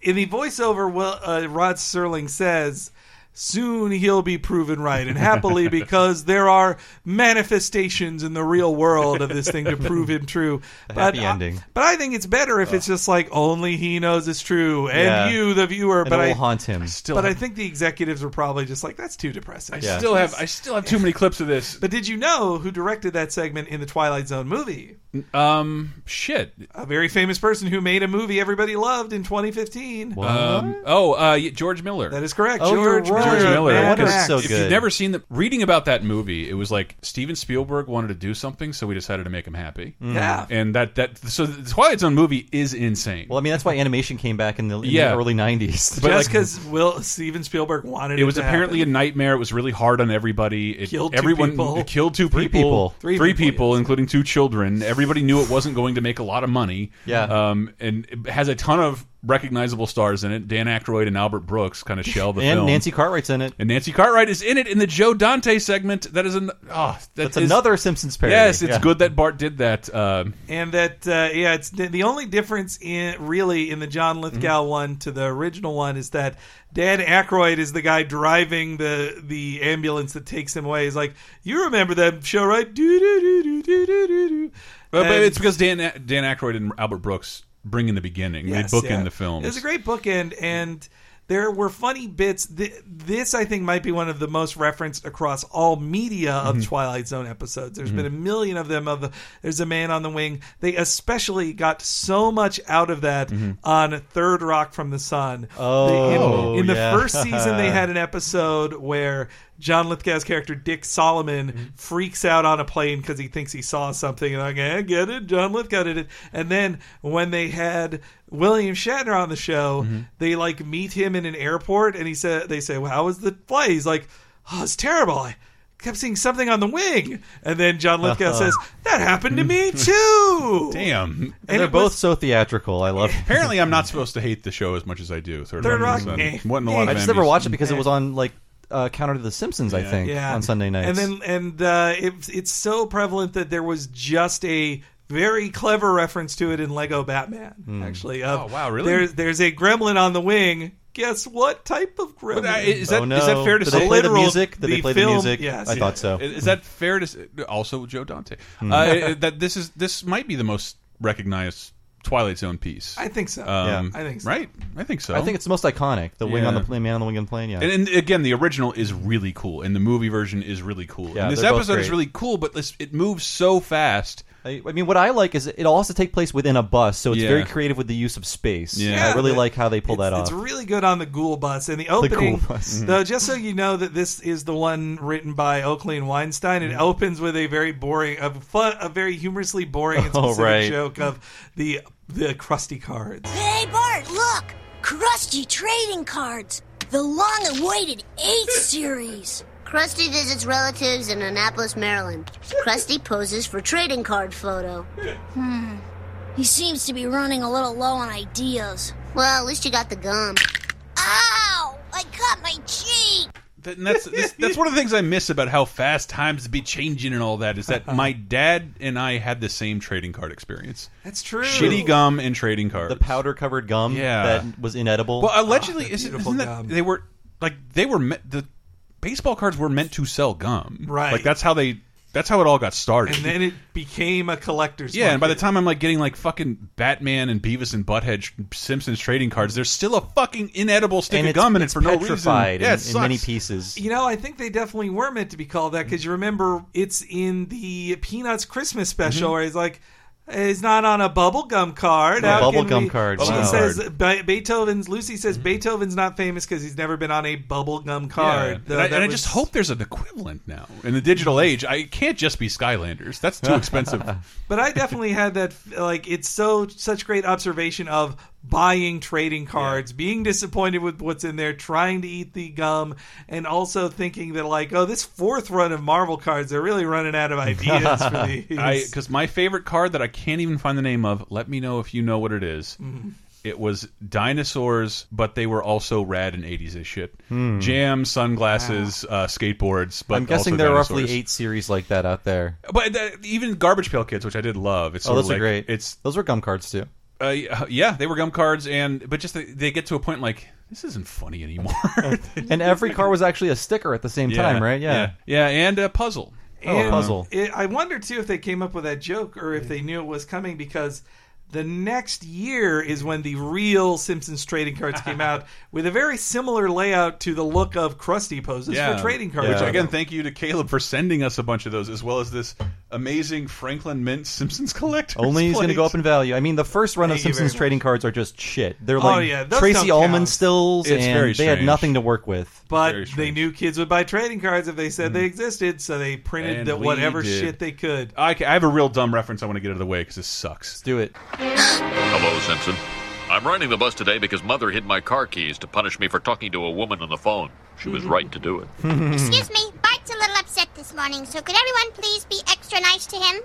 Speaker 4: in the voiceover, well, uh, Rod Serling says. Soon he'll be proven right, and happily because there are manifestations in the real world of this thing to prove him true.
Speaker 3: A happy
Speaker 4: But
Speaker 3: ending.
Speaker 4: But I think it's better if it's just like only he knows it's true, and
Speaker 3: Yeah.
Speaker 4: you, the viewer.
Speaker 3: And
Speaker 4: but
Speaker 3: it will
Speaker 4: I
Speaker 3: haunt him. I still
Speaker 4: but I
Speaker 3: have-
Speaker 4: think the executives were probably just like, "That's too depressing."
Speaker 1: I still have I still have too many clips of this.
Speaker 4: But did you know who directed that segment in the Twilight Zone movie?
Speaker 1: Um, shit.
Speaker 4: A very famous person who made a movie everybody loved in 2015.
Speaker 1: Um, oh, uh, yeah, George Miller. That
Speaker 4: is correct. Oh, you're George right. Miller,
Speaker 1: George Miller.
Speaker 4: Mad
Speaker 1: Because
Speaker 4: Max. So
Speaker 1: if you've
Speaker 4: good.
Speaker 1: never seen the reading about that movie, it was like Steven Spielberg wanted to do something, so we decided to make him happy.
Speaker 3: Mhm. Yeah.
Speaker 4: Mm.
Speaker 1: and that that so the Twilight Zone movie is insane.
Speaker 3: Well, I mean, that's why animation came back in the, in the
Speaker 1: Yeah.
Speaker 3: early 90s.
Speaker 1: But,
Speaker 4: just
Speaker 1: like-
Speaker 4: because Will Steven Spielberg wanted
Speaker 1: It was
Speaker 4: to
Speaker 1: apparently
Speaker 4: happen.
Speaker 1: a nightmare. It was really hard on everybody. It,
Speaker 4: Killed two
Speaker 1: everyone
Speaker 4: people.
Speaker 1: it killed two
Speaker 3: Three people.
Speaker 1: three,
Speaker 3: Three
Speaker 1: people, including two children. Everybody knew it wasn't going to make a lot of money.
Speaker 3: Yeah.
Speaker 1: um, and it has a ton of recognizable stars in it. Dan Aykroyd and Albert Brooks kind of shell the
Speaker 3: and
Speaker 1: film.
Speaker 3: Nancy Cartwright's in it.
Speaker 1: And Nancy Cartwright is in it in the Joe Dante segment. That is an oh, that
Speaker 3: That's
Speaker 1: is-
Speaker 3: another Simpsons parody.
Speaker 1: Yes, it's
Speaker 3: Yeah.
Speaker 1: good that Bart did that. Uh,
Speaker 4: and that uh, yeah, it's the, the only difference in really in the John Lithgow
Speaker 1: Mm-hmm.
Speaker 4: one to the original one is that Dan Aykroyd is the guy driving the the ambulance that takes him away. He's like, you remember that show, right? Do do do do do do do do.
Speaker 1: but, but
Speaker 4: And-
Speaker 1: it's because Dan Dan Aykroyd and Albert Brooks bring in the beginning.
Speaker 4: Yes,
Speaker 1: they book
Speaker 4: yeah.
Speaker 1: in the film.
Speaker 4: It was a great bookend, and there were funny bits. Th- This, I think, might be one of the most referenced across all media of
Speaker 1: Mhm.
Speaker 4: Twilight Zone episodes. There's been a
Speaker 1: Mhm.
Speaker 4: million of them. Of the, there's a man on the wing. They especially got so much out of that
Speaker 1: Mm-hmm.
Speaker 4: on Third Rock from the Sun.
Speaker 3: Oh,
Speaker 4: They- in, in the
Speaker 3: yeah.
Speaker 4: first season, they had an episode where. John Lithgow's character Dick Solomon
Speaker 3: Mm-hmm.
Speaker 4: freaks out on a plane because he thinks he saw something, and like, I get it, John Lithgow did it. And then when they had William Shatner on the show,
Speaker 3: Mm-hmm.
Speaker 4: they like meet him in an airport, and he said, "They say, well, how was the flight?" He's like, "Oh, it's terrible. I kept seeing something on the wing." And then John Lithgow
Speaker 3: Uh-huh.
Speaker 4: says, "That happened to me too."
Speaker 1: Damn,
Speaker 3: And they're
Speaker 4: it
Speaker 3: both
Speaker 4: was-
Speaker 3: so theatrical. I love. it.
Speaker 1: Apparently, I'm not supposed to hate the show as much as I do. Third,
Speaker 4: Third
Speaker 1: Rock,
Speaker 4: Rock,
Speaker 1: Sun.
Speaker 4: eh.
Speaker 1: wasn't a lot.
Speaker 4: Eh.
Speaker 1: of
Speaker 3: I just never
Speaker 1: Emmys.
Speaker 3: watched it because it was on like uh, counter to The Simpsons. I think on Sunday nights.
Speaker 4: And then and uh, it, it's so prevalent that there was just a very clever reference to it in Lego Batman.
Speaker 1: Hmm.
Speaker 4: Actually, of,
Speaker 1: Oh, wow, really?
Speaker 4: There's there's a gremlin on the wing. Guess what type of gremlin?
Speaker 1: uh, Is that, is that fair to
Speaker 3: Oh, Did
Speaker 1: say?
Speaker 3: they play the music? Did they play the
Speaker 4: film-
Speaker 3: music?
Speaker 4: Yes,
Speaker 3: I
Speaker 4: yeah.
Speaker 3: thought so.
Speaker 1: Is is that fair to say? Also, Joe Dante. eh,
Speaker 3: Hmm.
Speaker 1: Uh, that this is this might be the most recognized Twilight Zone piece. Um,
Speaker 4: I think so. Yeah, I think so.
Speaker 1: Right? I think so.
Speaker 3: I think it's the most iconic. The wing on the
Speaker 1: Yeah.
Speaker 3: plane, man on the wing on the plane. Yeah.
Speaker 1: And, and again, the original is really cool, and the movie version is really cool.
Speaker 3: Yeah,
Speaker 1: and this
Speaker 3: they're both
Speaker 1: episode is
Speaker 3: great.
Speaker 1: really cool, but this, it moves so fast.
Speaker 3: I, I mean, what I like is it'll also take place within a bus, so it's
Speaker 1: Yeah.
Speaker 3: very creative with the use of space.
Speaker 1: Yeah.
Speaker 3: And I really
Speaker 4: Yeah,
Speaker 3: like how they pull that
Speaker 4: It's
Speaker 3: off.
Speaker 4: really good on the Ghoul Bus and the
Speaker 3: Ghoul
Speaker 4: opening.
Speaker 3: Bus. Mm-hmm.
Speaker 4: Though, just so you know that this is the one written by Oakley and Weinstein,
Speaker 3: Mm-hmm.
Speaker 4: it opens with a very boring, a fun, a very humorously boring and
Speaker 3: Oh,
Speaker 4: specific
Speaker 3: right.
Speaker 4: joke of the the crusty cards.
Speaker 18: Hey, Bart, look! Krusty Trading Cards! The long awaited 8 series! Krusty visits relatives in Annapolis, Maryland. Krusty poses for trading card photo. Hmm. He seems to be running a little low on ideas. Well, at least you got the gum. Ow! I cut my cheek!
Speaker 1: That- and that's that's- that's one of the things I miss about how fast times be changing and all that is that my dad and I had the same trading card experience.
Speaker 4: That's true.
Speaker 1: Shitty gum and trading cards. The
Speaker 3: powder covered gum
Speaker 1: yeah.
Speaker 3: that was inedible.
Speaker 1: Well, allegedly, isn't, isn't that they were like they were me the baseball cards were meant to sell gum,
Speaker 4: Right.
Speaker 1: Like that's how they that's how it all got started.
Speaker 4: And then it became a collector's.
Speaker 1: yeah, and by the
Speaker 4: market.
Speaker 1: time I'm like getting like fucking Batman and Beavis and Butthead sh- Simpsons trading cards, there's still a fucking inedible stick
Speaker 3: And
Speaker 1: of
Speaker 3: it's-
Speaker 1: gum in it
Speaker 3: it's
Speaker 1: for no reason.
Speaker 3: petrified
Speaker 1: Yeah,
Speaker 3: in-
Speaker 1: it
Speaker 3: in many
Speaker 1: sucks.
Speaker 3: pieces.
Speaker 4: You know, I think they definitely were meant to be called that because you remember it's in the Peanuts Christmas special
Speaker 1: Mm-hmm.
Speaker 3: Mhm.
Speaker 4: where he's like, "It's not on a bubblegum card."
Speaker 3: Yeah,
Speaker 4: How can
Speaker 3: bubblegum
Speaker 4: we-"
Speaker 3: card,
Speaker 4: She
Speaker 3: wow.
Speaker 4: says Be- Beethoven's Lucy says Beethoven's not famous because he's never been on a bubblegum
Speaker 1: Mm-hmm. Yeah.
Speaker 4: card.
Speaker 1: And
Speaker 4: Though
Speaker 1: I-
Speaker 4: that
Speaker 1: and I
Speaker 4: was-
Speaker 1: just hope there's an equivalent now in the digital age. I it can't just be Skylanders. That's too expensive.
Speaker 4: But I definitely had that. Like, it's so such great observation of buying trading cards, being disappointed with what's in there, trying to eat the gum, and also thinking that like, oh, this fourth run of Marvel cards, they're really running out of ideas for these.
Speaker 1: Because my favorite card that I can't even find the name of. Let me know if you know what it is.
Speaker 4: Mhm.
Speaker 1: It was dinosaurs, but they were also rad in eighties as shit.
Speaker 3: Hmm.
Speaker 1: Jam, sunglasses, uh, skateboards. But
Speaker 3: I'm guessing
Speaker 1: also
Speaker 3: there are roughly
Speaker 1: dinosaurs.
Speaker 3: eight series like that out there.
Speaker 1: But uh, even Garbage Pail Kids, which I did love. It's
Speaker 3: oh,
Speaker 1: sort
Speaker 3: those
Speaker 1: of
Speaker 3: are
Speaker 1: like-
Speaker 3: great. It's those were gum cards too.
Speaker 1: Uh, yeah, they were gum cards, and but just they, they get to a point like this isn't funny anymore.
Speaker 3: And every car was actually a sticker at the same time, right? Yeah.
Speaker 1: yeah, yeah, and a puzzle.
Speaker 3: Oh, a puzzle.
Speaker 4: It, I wonder too if they came up with that joke or if they knew it was coming because the next year is when the real Simpsons trading cards came out with a very similar layout to the look of Krusty poses for trading cards.
Speaker 1: Which again, thank you to Caleb for sending us a bunch of those, as well as this amazing Franklin Mint Simpsons collector.
Speaker 3: Only he's going to go up in value. I mean, the first run of
Speaker 1: Thank you
Speaker 3: Simpsons
Speaker 1: very
Speaker 3: trading cards are just shit. They're
Speaker 1: Oh,
Speaker 3: like
Speaker 1: yeah, those
Speaker 3: Tracy
Speaker 1: don't count.
Speaker 3: Ullman stills,
Speaker 1: It's
Speaker 3: and
Speaker 1: very
Speaker 3: they had
Speaker 1: strange.
Speaker 3: nothing to work with.
Speaker 4: But they knew kids would buy trading cards if they said
Speaker 1: Hmm.
Speaker 4: they existed, so they printed the, whatever shit they could.
Speaker 1: I, ca- I have a real dumb reference. I want to get out of the way because this sucks. Let's
Speaker 3: do it.
Speaker 19: Hello, Simpson. I'm riding the bus today because Mother hid my car keys to punish me for talking to a woman on the phone. She was right to do it.
Speaker 20: Excuse me, Bart's a little upset this morning, so could everyone please be extra nice to him?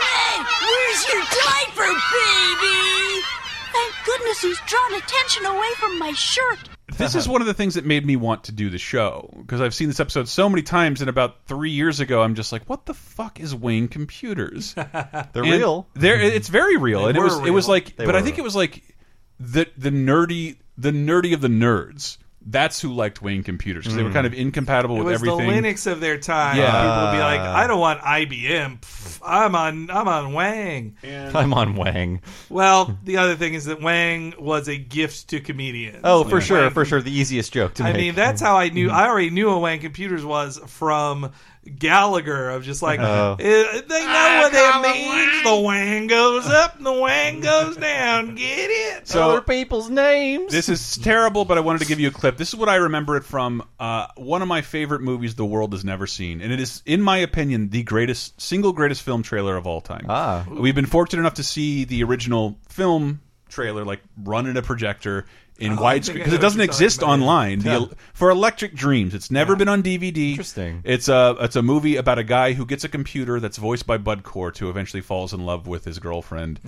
Speaker 18: Hey, where's your diaper, baby? Thank goodness he's drawn attention away from my shirt.
Speaker 1: This is one of the things that made me want to do the show because I've seen this episode so many times. And about three years ago, I'm just like, "What the fuck is Wayne Computers?" They're
Speaker 3: They're real.
Speaker 1: They're it's very real,
Speaker 3: They
Speaker 1: and it
Speaker 3: were
Speaker 1: was it was
Speaker 3: real.
Speaker 1: like,
Speaker 3: They
Speaker 1: but I
Speaker 3: were
Speaker 1: think it
Speaker 3: real.
Speaker 1: was like the the nerdy the nerdy of the nerds. That's who liked Wayne Computers 'cause they were
Speaker 4: Mm.
Speaker 1: kind of incompatible
Speaker 4: It
Speaker 1: with
Speaker 4: was
Speaker 1: everything.
Speaker 4: the Linux of their time.
Speaker 1: Yeah.
Speaker 4: People would be like,
Speaker 1: Uh.
Speaker 4: I don't want IBM. Pff, I'm on I'm on Wang.
Speaker 3: I'm on Wang.
Speaker 4: Well, the other thing is that Wang was a gift to comedians.
Speaker 3: Oh, for
Speaker 4: Like,
Speaker 3: sure,
Speaker 4: Wang-
Speaker 3: for sure. The easiest joke to
Speaker 4: I
Speaker 3: make.
Speaker 4: mean, that's how I
Speaker 1: Mm-hmm.
Speaker 4: knew. I already knew what Wang Computers was from Gallagher. Of just like
Speaker 3: Oh.
Speaker 4: eh, they know what that means. The Wang goes up, and the Wang goes down. Get it?
Speaker 1: So- Other
Speaker 3: people's names.
Speaker 1: This is terrible, but I wanted to give you a clip. This is what I remember it from. Uh, one of my favorite movies the world has never seen, and it is, in my opinion, the greatest single greatest film trailer of all time. Ah, we've been fortunate enough to see the original film trailer, like run in a projector in
Speaker 4: Oh, I
Speaker 1: widescreen,
Speaker 4: think I
Speaker 1: because it
Speaker 4: know what
Speaker 1: doesn't
Speaker 4: you're talking
Speaker 1: exist
Speaker 4: about, yeah.
Speaker 1: online. The
Speaker 4: Yeah.
Speaker 1: el- for Electric Dreams, it's never been on DVD.
Speaker 3: Interesting.
Speaker 1: It's a it's a movie about a guy who gets a computer that's voiced by Bud Cort, who eventually falls in love with his girlfriend.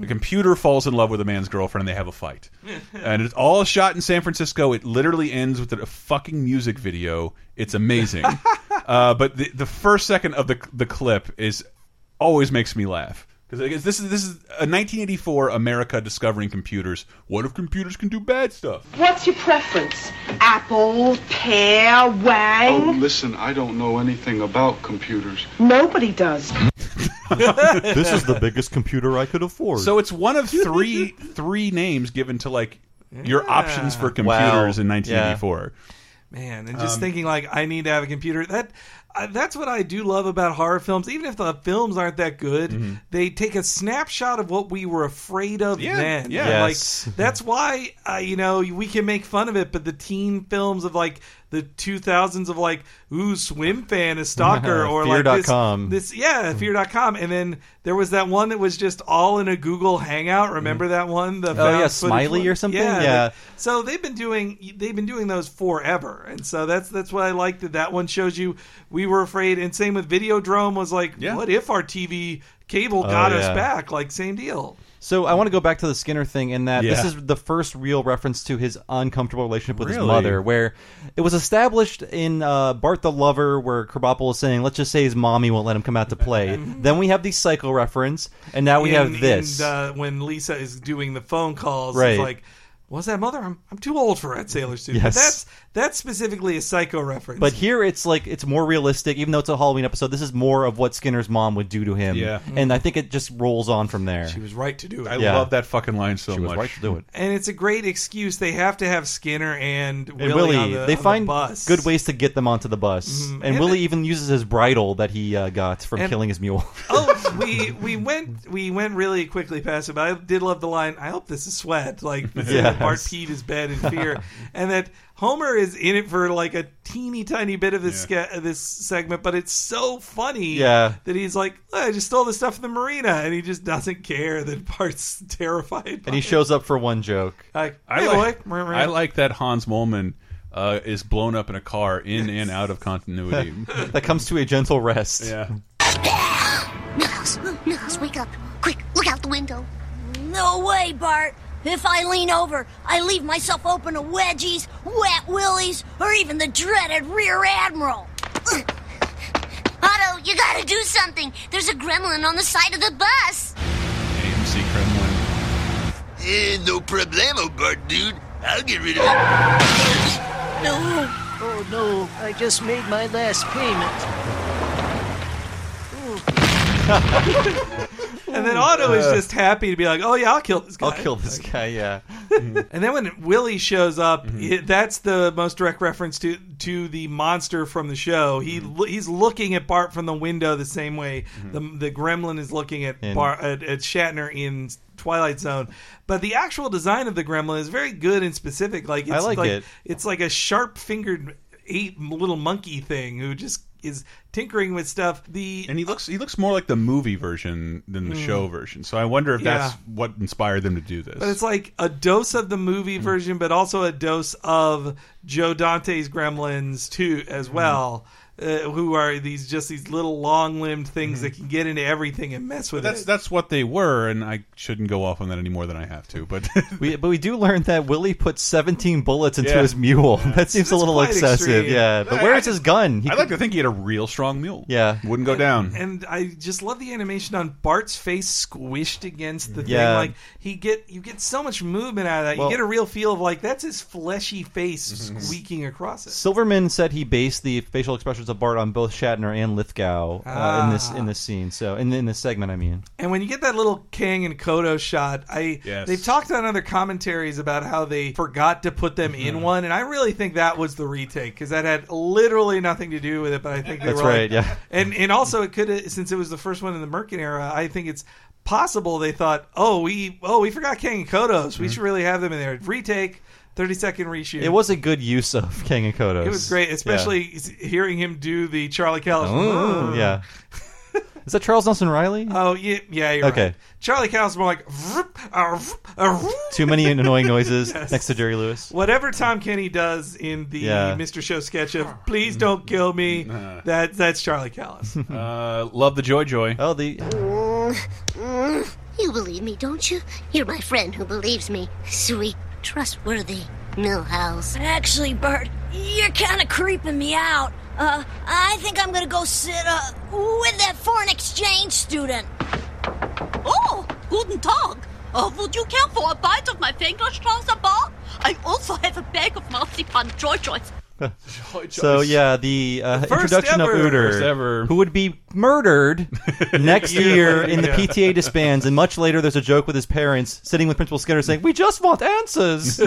Speaker 1: The computer falls in love with a man's girlfriend, and they have a fight. and it's all shot in San Francisco. It literally ends with a fucking music video. It's amazing. uh, but the, the first second of the the clip is always makes me laugh. Because this is this is a 1984 America discovering computers. What if computers can do bad stuff?
Speaker 21: What's your preference? Apple, pear, wang?
Speaker 5: Oh,
Speaker 22: listen, I don't know anything about computers.
Speaker 21: Nobody does.
Speaker 3: this is the biggest computer I could afford.
Speaker 1: So it's one of three three names given to like your options for computers in 1984.
Speaker 4: Man, and just
Speaker 1: Um,
Speaker 4: thinking like I need to have a computer. That uh, that's what I do love about horror films. Even if the films aren't that good,
Speaker 3: Mm-hmm.
Speaker 4: they take a snapshot of what we were afraid of
Speaker 1: Yeah,
Speaker 4: then.
Speaker 1: yeah. Yes.
Speaker 4: like that's why uh, you know we can make fun of it. But the teen films of like the 2000s of like ooh swim fan is stalker or like this,
Speaker 3: Fear.com.
Speaker 4: this
Speaker 3: Mm-hmm.
Speaker 4: yeah fear.com and then there was that one that was just all in a Google Hangout. Remember that one? The
Speaker 3: Oh,
Speaker 4: found
Speaker 3: yeah,
Speaker 4: footage
Speaker 3: Smiley
Speaker 4: one?
Speaker 3: or something?
Speaker 4: Yeah.
Speaker 3: Yeah.
Speaker 4: like- so they've been doing they've been doing those forever, and so that's that's what I like that that one shows you we were afraid, and same with Videodrome was like, what if our TV cable
Speaker 3: Oh,
Speaker 4: got us
Speaker 3: yeah.
Speaker 4: back? Like same deal.
Speaker 3: So I want to go back to the Skinner thing in that this
Speaker 4: Yeah.
Speaker 3: is the first real reference to his uncomfortable relationship with his
Speaker 4: Really?
Speaker 3: mother, where it was established in uh, Bart the Lover, where Krabappel is saying, "Let's just say his mommy won't let him come out to play." then we have the psycho reference, and now we
Speaker 4: In-
Speaker 3: have this.
Speaker 4: in, uh, when Lisa is doing the phone calls.
Speaker 3: Right.
Speaker 4: It's like, was that mother? I'm I'm too old for Red Sailor suit. But
Speaker 3: Yes.
Speaker 4: that's that's specifically a psycho reference.
Speaker 3: but here it's like it's more realistic, even though it's a Halloween episode. This is more of what Skinner's mom would do to him,
Speaker 4: Yeah.
Speaker 3: and I think it just rolls on from there. She
Speaker 4: was right to do it.
Speaker 1: I
Speaker 3: Yeah.
Speaker 1: love that fucking line so
Speaker 3: She was
Speaker 1: much.
Speaker 3: right to do it.
Speaker 4: and it's a great excuse. They have to have Skinner and,
Speaker 3: And
Speaker 4: Willie.
Speaker 3: Willie,
Speaker 4: on the,
Speaker 3: they
Speaker 4: on the
Speaker 3: find
Speaker 4: bus.
Speaker 3: good ways to get them onto the bus,
Speaker 4: Mhm.
Speaker 3: and,
Speaker 4: And
Speaker 3: Willie even uses his bridle that he uh, got from
Speaker 4: And-
Speaker 3: killing his mule.
Speaker 4: oh, we we went we went really quickly past it, but I did love the line. I hope this is sweat. Like
Speaker 3: Yes.
Speaker 4: Bart Pete is bad in fear, and that Homer is in it for like a teeny tiny bit of this sca- this segment, but it's so funny.
Speaker 3: Yeah.
Speaker 4: that he's like, "Oh, I just stole this stuff from the marina, and he just doesn't care that Bart's terrified.
Speaker 3: and he shows up for one joke.
Speaker 4: Like,
Speaker 1: I
Speaker 4: "Hey,
Speaker 1: like,
Speaker 4: boy."
Speaker 1: I like that Hans Molman uh, is blown up in a car in and out of continuity.
Speaker 3: that comes to a gentle rest.
Speaker 1: Yeah.
Speaker 18: Niles, Niles, wake up. Quick, look out the window.
Speaker 14: No way, Bart. If I lean over, I leave myself open to wedgies, wet willies, or even the dreaded rear admiral.
Speaker 18: Otto, you gotta do something. There's a gremlin on the side of the bus.
Speaker 1: AMC Kremlin.
Speaker 11: Eh, no problemo, Bart, dude. I'll get rid of it.
Speaker 6: No! Oh no, I just made my last payment. Ooh.
Speaker 4: And then Otto is
Speaker 3: Uh.
Speaker 4: just happy to be like, "Oh yeah, I'll kill this guy.
Speaker 3: I'll kill this guy. Yeah.
Speaker 4: and then when Willie shows up,
Speaker 3: Mm-hmm.
Speaker 4: it, that's the most direct reference to to the monster from the show. He
Speaker 3: Mm-hmm.
Speaker 4: lo- he's looking at Bart from the window the same way the the gremlin is looking at
Speaker 3: In-
Speaker 4: Bart at, at Shatner in Twilight Zone. But the actual design of the gremlin is very good and specific. Like it's
Speaker 3: I like it.
Speaker 4: It's like a sharp fingered ape little monkey thing who just is tinkering with stuff. The
Speaker 1: And he looks he looks more like the movie version than the
Speaker 4: Mm.
Speaker 1: show version. So I wonder if that's
Speaker 4: Yeah.
Speaker 1: what inspired them to do this.
Speaker 4: But it's like a dose of the movie
Speaker 1: Mm-hmm.
Speaker 4: version, but also a dose of Joe Dante's Gremlins too, as
Speaker 1: Mm-hmm.
Speaker 4: well. Uh, who are these just these little long-limbed things that can get into everything and mess with
Speaker 1: Mm-hmm. that's
Speaker 4: it?
Speaker 1: that's what they were, and I shouldn't go off on that any more than I have to. But
Speaker 3: We, but we do learn that Willie put 17 bullets into
Speaker 1: Yeah.
Speaker 3: his mule. That seems a
Speaker 1: That's
Speaker 3: little
Speaker 1: quite
Speaker 3: excessive.
Speaker 1: extreme.
Speaker 3: Yeah. But
Speaker 1: I-
Speaker 3: where
Speaker 1: I
Speaker 3: is his gun? He
Speaker 1: I like to think he had a real strong mule.
Speaker 3: Yeah.
Speaker 1: Wouldn't go down.
Speaker 4: And I just love the animation on Bart's face squished against the
Speaker 1: Yeah.
Speaker 4: thing. Like he get you get so much movement out of that.
Speaker 3: Well-
Speaker 4: you get a real feel of like that's his fleshy face
Speaker 1: Mm-hmm.
Speaker 4: squeaking across it.
Speaker 3: Silverman said he based the facial expressions of Bart on both Shatner and Lithgow uh, in this
Speaker 4: Ah.
Speaker 3: in this scene. So in in this segment, I mean.
Speaker 4: And when you get that little Kang and Kodo shot, I
Speaker 3: Yes.
Speaker 4: they've talked on other commentaries about how they forgot to put them in one, and I really think that was the retake because that had literally nothing to do with it. But I think they
Speaker 3: That's
Speaker 4: were like-
Speaker 3: right, yeah.
Speaker 4: and and also it could since it was the first one in the Merkin era, I think it's possible they thought, oh we oh we forgot Kang and Kodos, we should really have them in there. Retake, thirty second reshoot.
Speaker 3: It was a good use of Kang and Kodos.
Speaker 4: It was great,
Speaker 3: Yeah.
Speaker 4: especially hearing him do the Charlie Callis.
Speaker 3: Oh, yeah. Uh, Is that Charles Nelson Riley?
Speaker 4: Oh yeah, yeah. You're
Speaker 3: Okay.
Speaker 4: Right. Charlie Callis more like vroom, ah, vroom, ah, vroom.
Speaker 3: Too many annoying noises
Speaker 4: Yes.
Speaker 3: next to Jerry Lewis.
Speaker 4: Whatever Tom Kenny does in the
Speaker 3: Yeah.
Speaker 4: Mr. Show sketch of "Please don't kill me," that that's Charlie Callis.
Speaker 1: uh, love the Joy Joy.
Speaker 3: Oh, the
Speaker 18: Mm, mm. You believe me, don't you? You're my friend who believes me. Sweet, trustworthy Millhouse.
Speaker 14: Actually, Bert, you're kind of creeping me out. Uh, I think I'm gonna go sit uh, with that foreign exchange student.
Speaker 22: Oh, guten Tag. Uh, would you care for a bite of my Fingerstraße bar? I also have a bag of marzipan joy joys.
Speaker 4: Oh,
Speaker 3: So yeah, the, uh,
Speaker 1: first
Speaker 3: introduction
Speaker 1: ever.
Speaker 3: of Uter,
Speaker 1: First ever.
Speaker 3: who would be murdered next
Speaker 4: You-
Speaker 3: year in the
Speaker 4: yeah.
Speaker 3: PTA disbands, and much later there's a joke with his parents sitting with Principal Skinner saying, "We just want answers."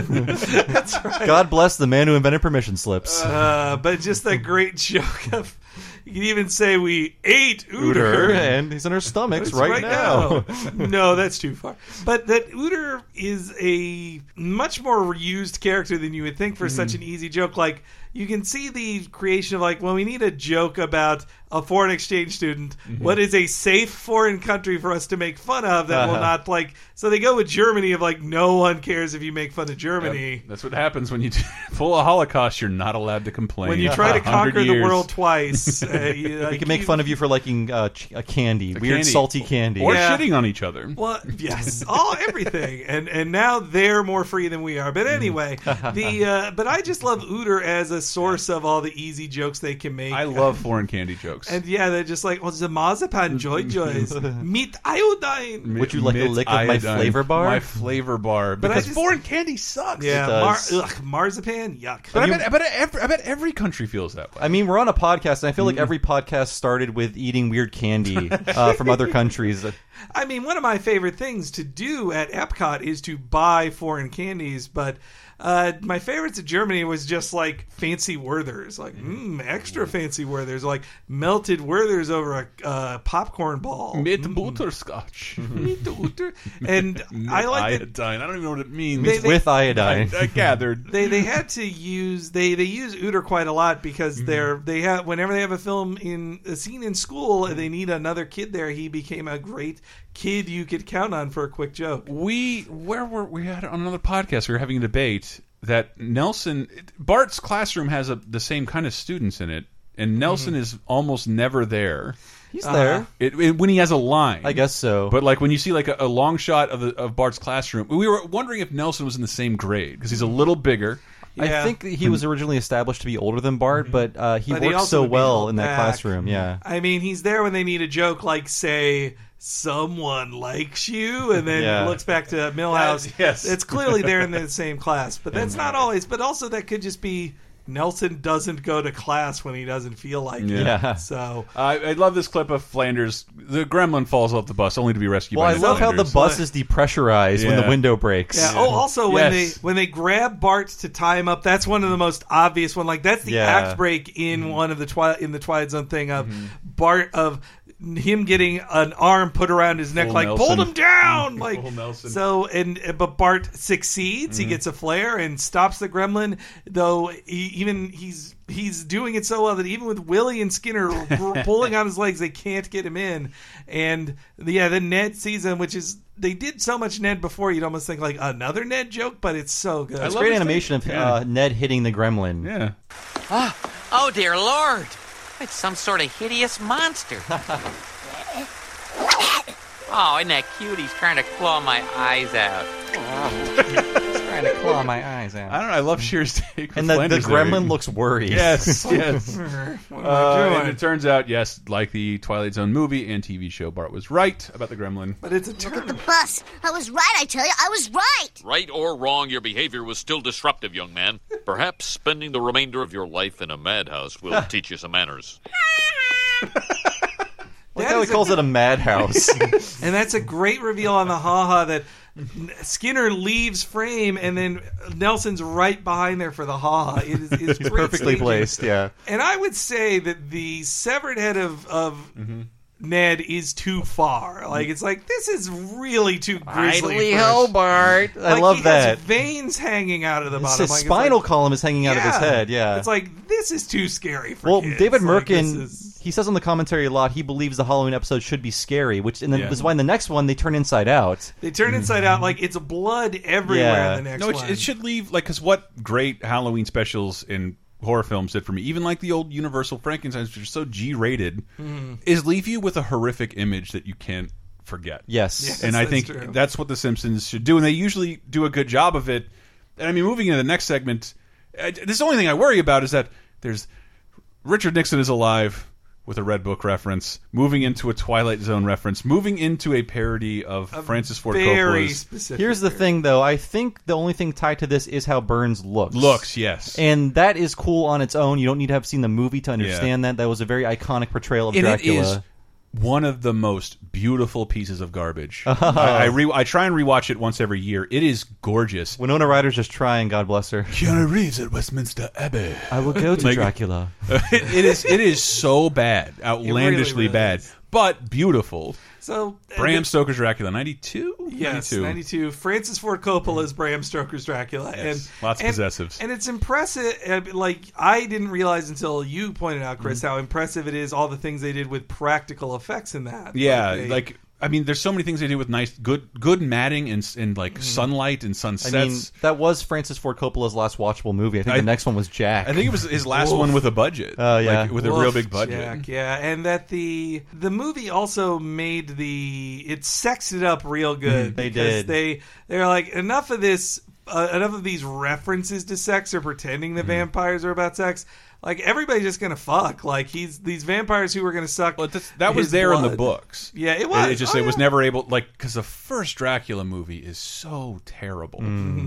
Speaker 3: God bless the man who invented permission slips.
Speaker 4: Uh, but just that great joke of you can even say we ate Uter,
Speaker 3: Uter, and he's in our stomachs
Speaker 4: It's
Speaker 3: right now.
Speaker 4: no, that's too far. But that Uter is a much more used character than you would think for such
Speaker 16: Mm.
Speaker 3: Mm-hmm.
Speaker 4: an easy joke. Like you can see the creation of like, well, we need a joke about a foreign exchange student.
Speaker 16: Mhm.
Speaker 3: Mm-hmm.
Speaker 4: What is a safe foreign country for us to make fun of that will
Speaker 1: Uh-huh.
Speaker 4: not like? So they go with Germany of like, no one cares if you make fun of Germany.
Speaker 1: That's what happens when you pull a Holocaust. You're not allowed to complain.
Speaker 4: When you try to
Speaker 1: A hundred
Speaker 4: conquer the
Speaker 1: years.
Speaker 4: world twice, uh, you,
Speaker 3: we
Speaker 4: like,
Speaker 3: can make
Speaker 4: you-
Speaker 3: fun of you for liking uh, ch- uh, candy, weird
Speaker 1: candy.
Speaker 3: salty candy,
Speaker 1: Or Yeah. shitting on each other.
Speaker 4: Well, yes, all everything, and and now they're more free than we are. But
Speaker 1: Mm.
Speaker 4: anyway, the uh, but I just love Uter as a source of all the easy jokes they can make.
Speaker 1: I love foreign candy jokes.
Speaker 4: and yeah, they're just like, well, the marzipan joy joys, meat iodine.
Speaker 1: Mi- mit iodine. My flavor bar.
Speaker 4: But I
Speaker 1: Because
Speaker 4: just-
Speaker 1: foreign candy sucks.
Speaker 4: Yeah, mar- ugh, marzipan, yuck.
Speaker 1: But I bet, I, bet every, I bet every country feels that way.
Speaker 3: I mean, we're on a podcast, and I feel like
Speaker 1: Mm.
Speaker 3: every podcast started with eating weird candy uh, from other countries.
Speaker 4: I mean, one of my favorite things to do at Epcot is to buy foreign candies, but uh, my favorites at Germany was just like fancy Werthers, like mm, extra fancy Werthers, like melted Werthers over a uh, popcorn ball.
Speaker 1: Mit Butterscotch.
Speaker 4: Mit Butter. And I like that
Speaker 1: iodine. I don't even know what it means.
Speaker 4: They- they-
Speaker 1: I, I gathered.
Speaker 4: They they had to use they they use Uter quite a lot because they're they have whenever they have a film in a scene in school and they need another kid there. He became a great kid you could count on for a quick joke.
Speaker 1: We where were we had on another podcast. We were having a debate that Nelson Bart's classroom has a, the same kind of students in it, and
Speaker 3: Mm-hmm.
Speaker 1: Nelson is almost never there.
Speaker 3: He's there.
Speaker 4: uh-huh.
Speaker 1: Uh, it, it- when he has a line. I
Speaker 3: guess so.
Speaker 1: But like when you see like a, a long shot of the, of Bart's classroom, we were wondering if Nelson was in the same grade because he's a little bigger.
Speaker 3: I think that he was originally established to be older than Bart, but uh, he
Speaker 4: But he
Speaker 3: worked
Speaker 4: also
Speaker 3: so
Speaker 4: would be
Speaker 3: well
Speaker 4: held
Speaker 3: in that
Speaker 4: back.
Speaker 3: classroom. Yeah,
Speaker 4: I mean, he's there when they need a joke, like say someone likes you, and then
Speaker 3: Yeah.
Speaker 4: looks back to Millhouse.
Speaker 1: yes.
Speaker 4: it's clearly they're in the same class, but that's not always. But also, that could just be Nelson doesn't go to class when he doesn't feel like it. So
Speaker 1: I, I love this clip of Flanders. The gremlin falls off the bus only to be rescued.
Speaker 3: Well,
Speaker 1: by
Speaker 3: I love how the
Speaker 1: Flanders.
Speaker 3: bus is depressurized when
Speaker 1: Yeah.
Speaker 3: the window breaks.
Speaker 4: Yeah. Oh, also when
Speaker 1: Yes.
Speaker 4: they when they grab Bart to tie him up, that's one of the most obvious one. Like that's the
Speaker 3: Yeah.
Speaker 4: act break in
Speaker 1: Mm-hmm.
Speaker 4: one of the twi- in the Twilight Zone thing of Bart of him getting an arm put around his neck,
Speaker 1: Full
Speaker 4: like
Speaker 1: Nelson.
Speaker 4: pulled him down, like
Speaker 1: Full Nelson.
Speaker 4: so. And uh, but Bart succeeds.
Speaker 3: Mm-hmm.
Speaker 4: He gets a flare and stops the gremlin. Though he, even he's he's doing it so well that even with Willie and Skinner r- pulling on his legs, they can't get him in. And yeah, then Ned sees him, which is they did so much Ned before you'd almost think like another Ned joke, but it's so good.
Speaker 3: it's great animation of uh, Ned hitting the gremlin.
Speaker 1: Yeah,
Speaker 10: Ah, oh, dear Lord. It's some sort of hideous monster. oh, isn't that cute? He's trying to claw my eyes out. He's
Speaker 3: trying to claw my eyes out.
Speaker 1: I don't know. I love Shear's take. with
Speaker 3: And the- the
Speaker 1: Flanders
Speaker 3: gremlin
Speaker 1: there.
Speaker 3: looks worried.
Speaker 1: Yes, yes.
Speaker 4: What am I
Speaker 1: Uh,
Speaker 4: doing?
Speaker 1: and it turns out, yes, like the Twilight Zone movie and TV show, Bart was right about the gremlin.
Speaker 4: But it's a
Speaker 18: Bus, I was right, I tell you, I was right.
Speaker 19: Right or wrong, your behavior was still disruptive, young man. Perhaps spending the remainder of your life in a madhouse will teach you some manners.
Speaker 3: Like how he calls it a madhouse.
Speaker 4: and that's a great reveal on the haha that Skinner leaves frame and then Nelson's right behind there for the haha. It is it's
Speaker 3: He's
Speaker 4: great
Speaker 3: perfectly
Speaker 4: staging.
Speaker 3: placed. Yeah.
Speaker 4: And I would say that the severed head of of
Speaker 3: Mm-hmm.
Speaker 4: Ned is too far. Like it's like this is really too grisly.
Speaker 3: Idly
Speaker 4: for-
Speaker 3: ho, Bart. I
Speaker 4: Like,
Speaker 3: love
Speaker 4: he has
Speaker 3: that.
Speaker 4: veins hanging out of the
Speaker 3: It's
Speaker 4: bottom.
Speaker 3: his
Speaker 4: Like, it's like-
Speaker 3: spinal column is hanging out of his
Speaker 4: Yeah.
Speaker 3: head. Yeah.
Speaker 4: It's like this is too scary for
Speaker 3: well,
Speaker 4: kids.
Speaker 3: David
Speaker 4: Like, this
Speaker 3: Merkin, he says on the commentary a lot. He believes the Halloween episode should be scary, which and then
Speaker 4: Yeah.
Speaker 3: is why in the next one they turn inside out.
Speaker 4: They turn inside out like it's blood everywhere
Speaker 3: Mm-hmm. Yeah.
Speaker 4: in the next
Speaker 1: no, it,
Speaker 4: one.
Speaker 1: it should leave like because what great Halloween specials and horror films did for me, even like the old Universal Frankenstein's, which are so G-rated,
Speaker 3: Mhm.
Speaker 1: is leave you with a horrific image that you can't forget.
Speaker 3: Yes. Yes,
Speaker 1: and I
Speaker 3: that's
Speaker 1: think
Speaker 3: true.
Speaker 1: that's what The Simpsons should do, and they usually do a good job of it. And I mean, moving into the next segment, I, this is the only thing I worry about is that there's Richard Nixon is alive. With a Red Book reference, moving into a Twilight Zone reference, moving into a parody of Francis Ford Coppola's
Speaker 3: Here's the thing, though. I think the only thing tied to this is how Burns looks.
Speaker 1: Looks, yes.
Speaker 3: and that is cool on its own. You don't need to have seen the movie to understand that. That was a very iconic portrayal of
Speaker 1: and
Speaker 3: Dracula.
Speaker 1: it is one of the most beautiful pieces of garbage.
Speaker 3: Oh.
Speaker 1: I, I, re I try and rewatch it once every year. It is gorgeous.
Speaker 3: Winona Ryder's just trying. God bless her.
Speaker 1: Keanu Reeves at Westminster Abbey.
Speaker 3: I will go to
Speaker 1: Like-
Speaker 3: Dracula.
Speaker 1: it, it is. It is so bad, outlandishly
Speaker 4: really
Speaker 1: bad, but beautiful.
Speaker 4: So, uh,
Speaker 1: Bram
Speaker 4: the-
Speaker 1: Stoker's Dracula, ninety two.
Speaker 4: Yes, 92. Francis Ford Coppola's Bram Stoker's Dracula.
Speaker 1: Yes,
Speaker 4: And
Speaker 1: lots of
Speaker 4: and-
Speaker 1: possessives.
Speaker 4: And it's impressive uh, like I didn't realize until you pointed out Chris
Speaker 1: Mm-hmm.
Speaker 4: how impressive it is all the things they did with practical effects in that.
Speaker 1: Yeah,
Speaker 4: they-
Speaker 1: like, I mean, there's so many things they do with nice, good, good matting and s- and
Speaker 4: Mm-hmm.
Speaker 1: like sunlight and
Speaker 3: I
Speaker 1: sunsets.
Speaker 3: mean, that was Francis Ford Coppola's last watchable movie. I think
Speaker 1: I-
Speaker 3: the next one was Jack.
Speaker 1: I think it was his last
Speaker 3: Woof.
Speaker 1: one with a budget.
Speaker 3: Oh yeah,
Speaker 1: Like, with a real
Speaker 4: Woof,
Speaker 1: big budget.
Speaker 4: Jack, yeah, and that the the movie also made the it sexed it up
Speaker 1: Mm,
Speaker 4: real good.
Speaker 3: Mhm, they
Speaker 4: because
Speaker 3: did.
Speaker 4: They they're like enough of this, uh, enough of these references to sex or pretending the
Speaker 1: Mm.
Speaker 4: vampires are about sex. Like everybody's just gonna fuck. Like he's these vampires who were gonna suck.
Speaker 1: That was
Speaker 4: his
Speaker 1: there in the
Speaker 4: blood.
Speaker 1: books.
Speaker 4: Yeah, it was.
Speaker 1: It, just
Speaker 4: Oh,
Speaker 1: it
Speaker 4: yeah.
Speaker 1: was never able like because the first Dracula movie is so terrible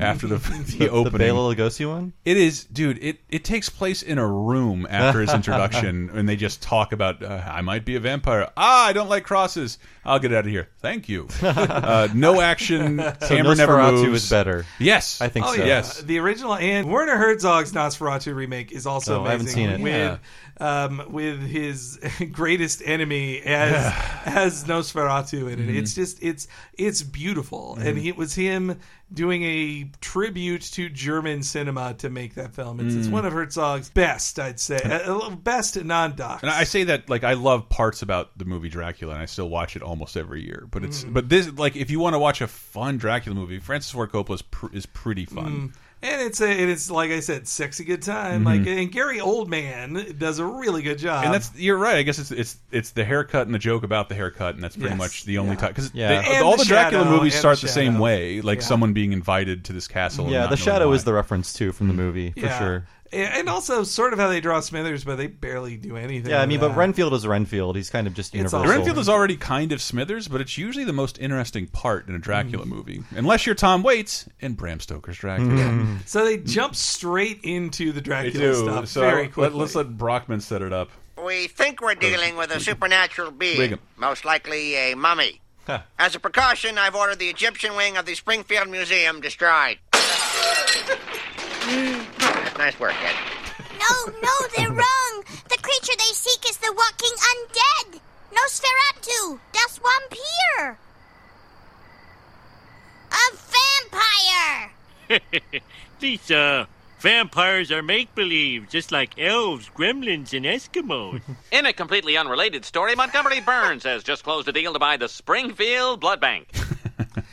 Speaker 1: after the the,
Speaker 3: Mm. The- the
Speaker 1: opening.
Speaker 3: Bela Lugosi one?
Speaker 1: It is, dude. It it takes place in a room after his introduction, and they just talk about uh, I might be a vampire. Ah, I don't like crosses. I'll get out of here. Thank you. Uh, no action.
Speaker 3: So
Speaker 1: Camera never
Speaker 3: Nosferatu
Speaker 1: moves.
Speaker 3: is better.
Speaker 1: Yes,
Speaker 3: I think
Speaker 4: Oh
Speaker 3: so.
Speaker 4: yeah, the original and Werner Herzog's Nosferatu remake is also
Speaker 3: Oh,
Speaker 4: amazing.
Speaker 3: I haven't seen it.
Speaker 4: With um, with his greatest enemy as as Nosferatu in it.
Speaker 3: Mhm.
Speaker 4: It's just it's it's beautiful, and
Speaker 3: Mhm.
Speaker 4: it was him doing a tribute to German cinema to make that film. It's, it's
Speaker 1: Mm.
Speaker 4: one of Herzog's best, I'd say, Uh, best non doc.
Speaker 1: And I say that like I love parts about the movie Dracula, and I still watch it almost every year. But it's
Speaker 3: Mm.
Speaker 4: Mhm.
Speaker 1: but this like if you want to watch a fun Dracula movie, Francis Ford Coppola is, pr is pretty
Speaker 3: Mm.
Speaker 1: fun.
Speaker 4: And it's a, and it's like I said, sexy good time.
Speaker 1: Mhm.
Speaker 4: Like and Gary Oldman does a really good job.
Speaker 1: and that's you're right. I guess it's it's it's the haircut and the joke about the haircut, and that's pretty
Speaker 4: Yes.
Speaker 1: much the only
Speaker 4: Yeah.
Speaker 1: time because
Speaker 3: Yeah.
Speaker 4: And
Speaker 1: all
Speaker 4: the
Speaker 1: the, Dracula
Speaker 4: shadow,
Speaker 1: movies
Speaker 4: and
Speaker 1: start
Speaker 4: the
Speaker 1: the, same
Speaker 4: shadow.
Speaker 1: way, like
Speaker 4: Yeah.
Speaker 1: someone being invited to this castle.
Speaker 3: Yeah,
Speaker 1: and not
Speaker 3: the
Speaker 1: knowing
Speaker 3: shadow
Speaker 1: why.
Speaker 3: is the reference too from the
Speaker 1: Mm.
Speaker 3: movie for
Speaker 4: Yeah.
Speaker 3: sure.
Speaker 4: And and also sort of how they draw Smithers, but they barely do anything.
Speaker 3: Yeah, I
Speaker 4: with
Speaker 3: mean, but
Speaker 4: that.
Speaker 3: Renfield is Renfield. He's kind of just universal.
Speaker 1: Renfield is already kind of Smithers, but it's usually the most interesting part in a Dracula
Speaker 4: Mm-hmm.
Speaker 1: movie, unless you're Tom Waits and Bram Stoker's Dracula.
Speaker 3: Mhm.
Speaker 4: So they jump straight into
Speaker 1: They
Speaker 4: the Dracula
Speaker 1: do.
Speaker 4: stuff
Speaker 1: So
Speaker 4: very
Speaker 1: let-
Speaker 4: quickly.
Speaker 1: let's let Brockman set it up.
Speaker 7: We think we're dealing with a supernatural being,
Speaker 1: Wiggum.
Speaker 7: most likely a mummy.
Speaker 1: Huh.
Speaker 7: As a precaution, I've ordered the Egyptian wing of the Springfield Museum destroyed. nice work, Ed.
Speaker 20: No, no, they're wrong. The creature they seek is the walking undead. Nosferatu, das Vampir. A vampire.
Speaker 5: These uh, vampires are make believe, just like elves, gremlins, and Eskimos.
Speaker 10: In a completely unrelated story, Montgomery Burns has just closed a deal to buy the Springfield Blood Bank.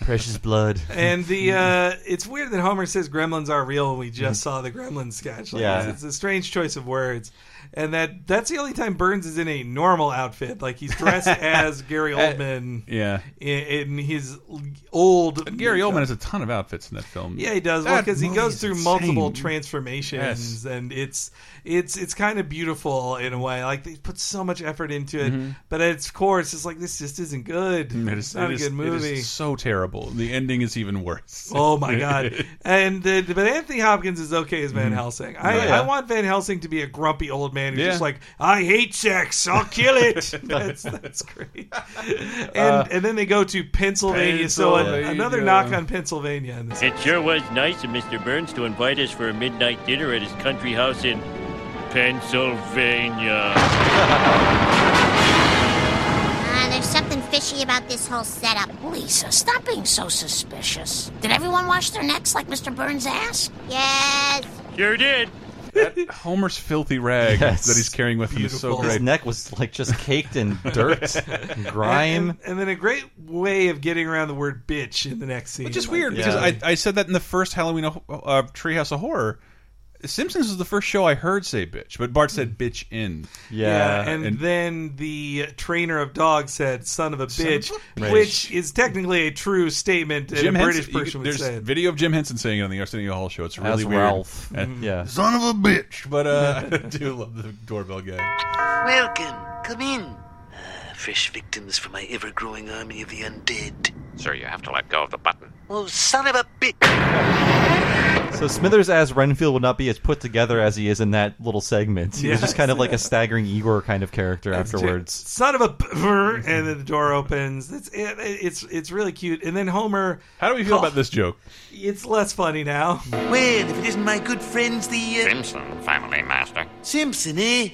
Speaker 3: Precious blood.
Speaker 4: and the uh, it's weird that Homer says gremlins are real when we just
Speaker 1: Mm-hmm.
Speaker 4: saw the gremlins sketch. Like,
Speaker 3: Yeah.
Speaker 4: it's, it's a strange choice of words. And that that's the only time Burns is in a normal outfit. Like he's dressed as
Speaker 1: Uh,
Speaker 4: Gary Oldman.
Speaker 1: Yeah.
Speaker 4: In, in his old
Speaker 1: And Gary Oldman has a ton of outfits in that film.
Speaker 4: Yeah, he does.
Speaker 1: That
Speaker 4: because he
Speaker 1: movie
Speaker 4: goes
Speaker 1: is
Speaker 4: through
Speaker 1: insane.
Speaker 4: multiple transformations,
Speaker 1: Yes.
Speaker 4: and it's it's it's kind of beautiful in a way. Like they put so much effort into it,
Speaker 1: Mhm.
Speaker 4: but at its core, it's just like this just isn't good.
Speaker 1: Mm, It
Speaker 4: It's
Speaker 1: is, it
Speaker 4: not a
Speaker 1: is-
Speaker 4: good movie.
Speaker 1: It is so terrible. The ending is even worse.
Speaker 4: Oh my god! And uh, but Anthony Hopkins is okay as Van Helsing. I,
Speaker 1: Mm-hmm. Oh, Yeah.
Speaker 4: I want Van Helsing to be a grumpy old man who's
Speaker 1: Yeah.
Speaker 4: just like, I hate sex. I'll kill it. that's that's great. And
Speaker 5: Uh,
Speaker 4: and then they go to Pennsylvania. So an- another
Speaker 5: Pennsylvania.
Speaker 4: knock on Pennsylvania. In this
Speaker 5: It sure was nice of Mr. Burns to invite us for a midnight dinner at his country house in Pennsylvania.
Speaker 20: Ah, there's something fishy about this whole setup.
Speaker 6: Lisa, stop being so suspicious. Did everyone wash their necks like Mr. Burns asked?
Speaker 20: Yes.
Speaker 5: sure did.
Speaker 1: Homer's filthy rag
Speaker 3: Yes.
Speaker 1: that he's carrying with him is so
Speaker 3: His
Speaker 1: great.
Speaker 3: neck was like just caked in dirt, and grime.
Speaker 4: And, and then a great way of getting around the word bitch in the next scene.
Speaker 1: Which is weird because I, I said that in the first Halloween of- uh, Treehouse of Horror. Simpsons was the first show I heard say bitch, but Bart said bitch in.
Speaker 4: Yeah, Hmm. and, then the trainer of dogs said "son of a
Speaker 1: Son of a
Speaker 4: bitch,"
Speaker 1: bitch.
Speaker 4: which is technically a true statement that
Speaker 1: Jim
Speaker 4: a British
Speaker 1: Henson- you-
Speaker 4: person would
Speaker 1: there's
Speaker 4: say.
Speaker 1: video of Jim Henson saying it on the Arsenio Hall show. It's really
Speaker 3: As
Speaker 1: weird.
Speaker 3: Ralph. Mhm.
Speaker 4: Mm-hmm.
Speaker 3: Yeah.
Speaker 1: son of a uh, bitch. But uh, I do love the doorbell guy.
Speaker 8: Welcome. Come in. fresh victims for my ever growing army of the undead.
Speaker 10: Sir, you have to let go of the button.
Speaker 8: Oh, son of a bitch!
Speaker 3: So Smithers as Renfield would not be as put together as he is in that little segment. He was
Speaker 4: Yes.
Speaker 3: just kind of like a staggering Igor kind of character afterwards.
Speaker 4: Son of a b- and then the door opens. It's it, it's it's really cute. And then Homer. How do we
Speaker 1: feel about this joke?
Speaker 4: It's less funny now.
Speaker 8: Well, if it isn't my good friends, the. Uh,
Speaker 10: Simpson, family master.
Speaker 8: Simpson, eh?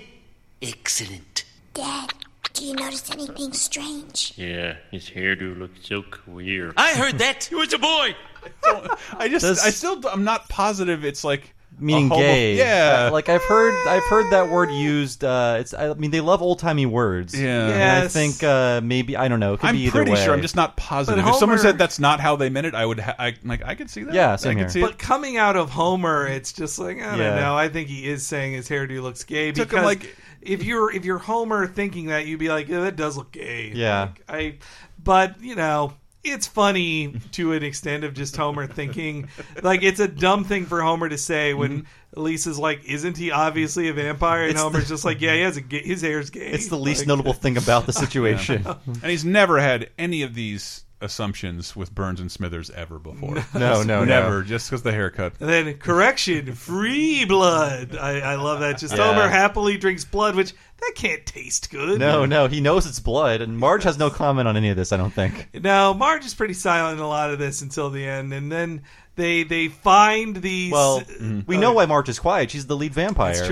Speaker 8: Excellent.
Speaker 20: Dad, do you notice anything strange?
Speaker 5: Yeah, his hairdo looks so queer.
Speaker 8: I heard that.
Speaker 5: It was a boy.
Speaker 1: I just, I still, I'm not positive. It's like
Speaker 3: Meaning
Speaker 1: a homo-
Speaker 3: gay,
Speaker 1: Yeah,
Speaker 3: Uh, like I've heard, I've heard that word used. Uh, it's, I mean, they love old timey words.
Speaker 1: Yeah.
Speaker 3: and I
Speaker 1: Yes.
Speaker 3: think uh, maybe I don't know. It could
Speaker 1: I'm
Speaker 3: be either
Speaker 1: pretty
Speaker 3: way.
Speaker 1: sure. I'm just not positive.
Speaker 4: But
Speaker 1: if someone
Speaker 4: Homer-
Speaker 1: said that's not how they meant it, I would. Ha- I like. I could see that.
Speaker 3: Yeah, same
Speaker 1: I could
Speaker 3: here.
Speaker 1: see
Speaker 4: But
Speaker 1: it.
Speaker 4: coming out of Homer, it's just like I don't
Speaker 1: Yeah.
Speaker 4: know. I think he is saying his hairdo looks gay
Speaker 1: Took him,
Speaker 4: because
Speaker 1: like-
Speaker 4: if you're if you're Homer thinking that, you'd be like, "Yeah, that does look gay.
Speaker 3: Yeah.
Speaker 4: Like, I. But you know. It's funny to an extent of just Homer thinking, like it's a dumb thing for Homer to say when Lisa's like, "Isn't he obviously a vampire?" And
Speaker 3: Mm-hmm. It's
Speaker 4: Homer's
Speaker 3: the-
Speaker 4: just like, "Yeah, he has a gay, his hair's gay."
Speaker 3: It's the least
Speaker 4: Like-
Speaker 3: notable thing about the situation.
Speaker 1: and he's never had any of these assumptions with Burns and Smithers ever before.
Speaker 3: No, no, no.
Speaker 1: never. Just because the haircut.
Speaker 4: And then correction, free blood. I, I love that. Just
Speaker 3: Yeah.
Speaker 4: Homer happily drinks blood, which that can't taste good.
Speaker 3: No, no, he knows it's blood, and Marge has no comment on any of this. I don't think.
Speaker 4: No, Marge is pretty silent in a lot of this until the end, and then they they find these.
Speaker 3: Well, we know why Marge is quiet. She's the lead vampire.
Speaker 4: It's uh, mm-hmm.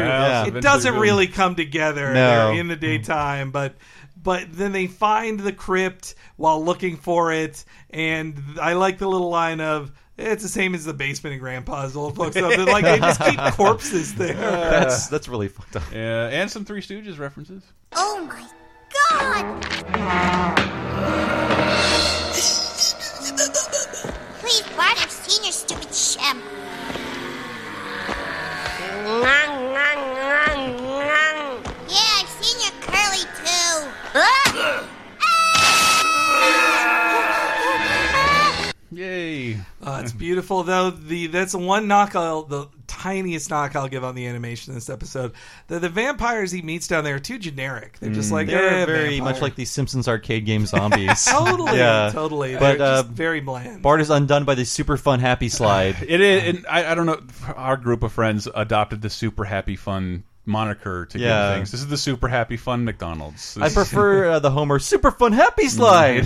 Speaker 4: true.
Speaker 3: Yeah.
Speaker 4: It doesn't really come together
Speaker 3: No. Mm.
Speaker 4: They're in the daytime, but but then they find the crypt while looking for it, and I like the little line of. It's the same as the basement in Grandpa's old folks. So they're like they just keep corpses there.
Speaker 3: That's that's really fucked up.
Speaker 1: Yeah, Uh, and some Three Stooges references.
Speaker 20: Oh my god! Please, Bart, I've seen your stupid sham. Yeah, I've seen your curly too. Ah!
Speaker 1: Yay!
Speaker 4: Uh, it's beautiful though. The that's the one knock I'll the tiniest knock I'll give on the animation this episode. The the vampires he meets down there are too generic. They're just like
Speaker 3: Mm, they're
Speaker 4: "Eh,
Speaker 3: very
Speaker 4: vampire."
Speaker 3: much like these Simpsons arcade game zombies.
Speaker 4: Totally,
Speaker 3: yeah.
Speaker 4: totally.
Speaker 3: But
Speaker 4: They're
Speaker 3: uh,
Speaker 4: just very bland.
Speaker 3: Bart is undone by the super fun happy slide.
Speaker 1: It is, and I, I don't know. Our group of friends adopted the super happy fun moniker to
Speaker 3: Yeah.
Speaker 1: give things. This is the super happy fun McDonald's. This
Speaker 3: I
Speaker 1: is-
Speaker 3: prefer uh, the Homer super fun happy
Speaker 4: Mm-hmm.
Speaker 3: slide.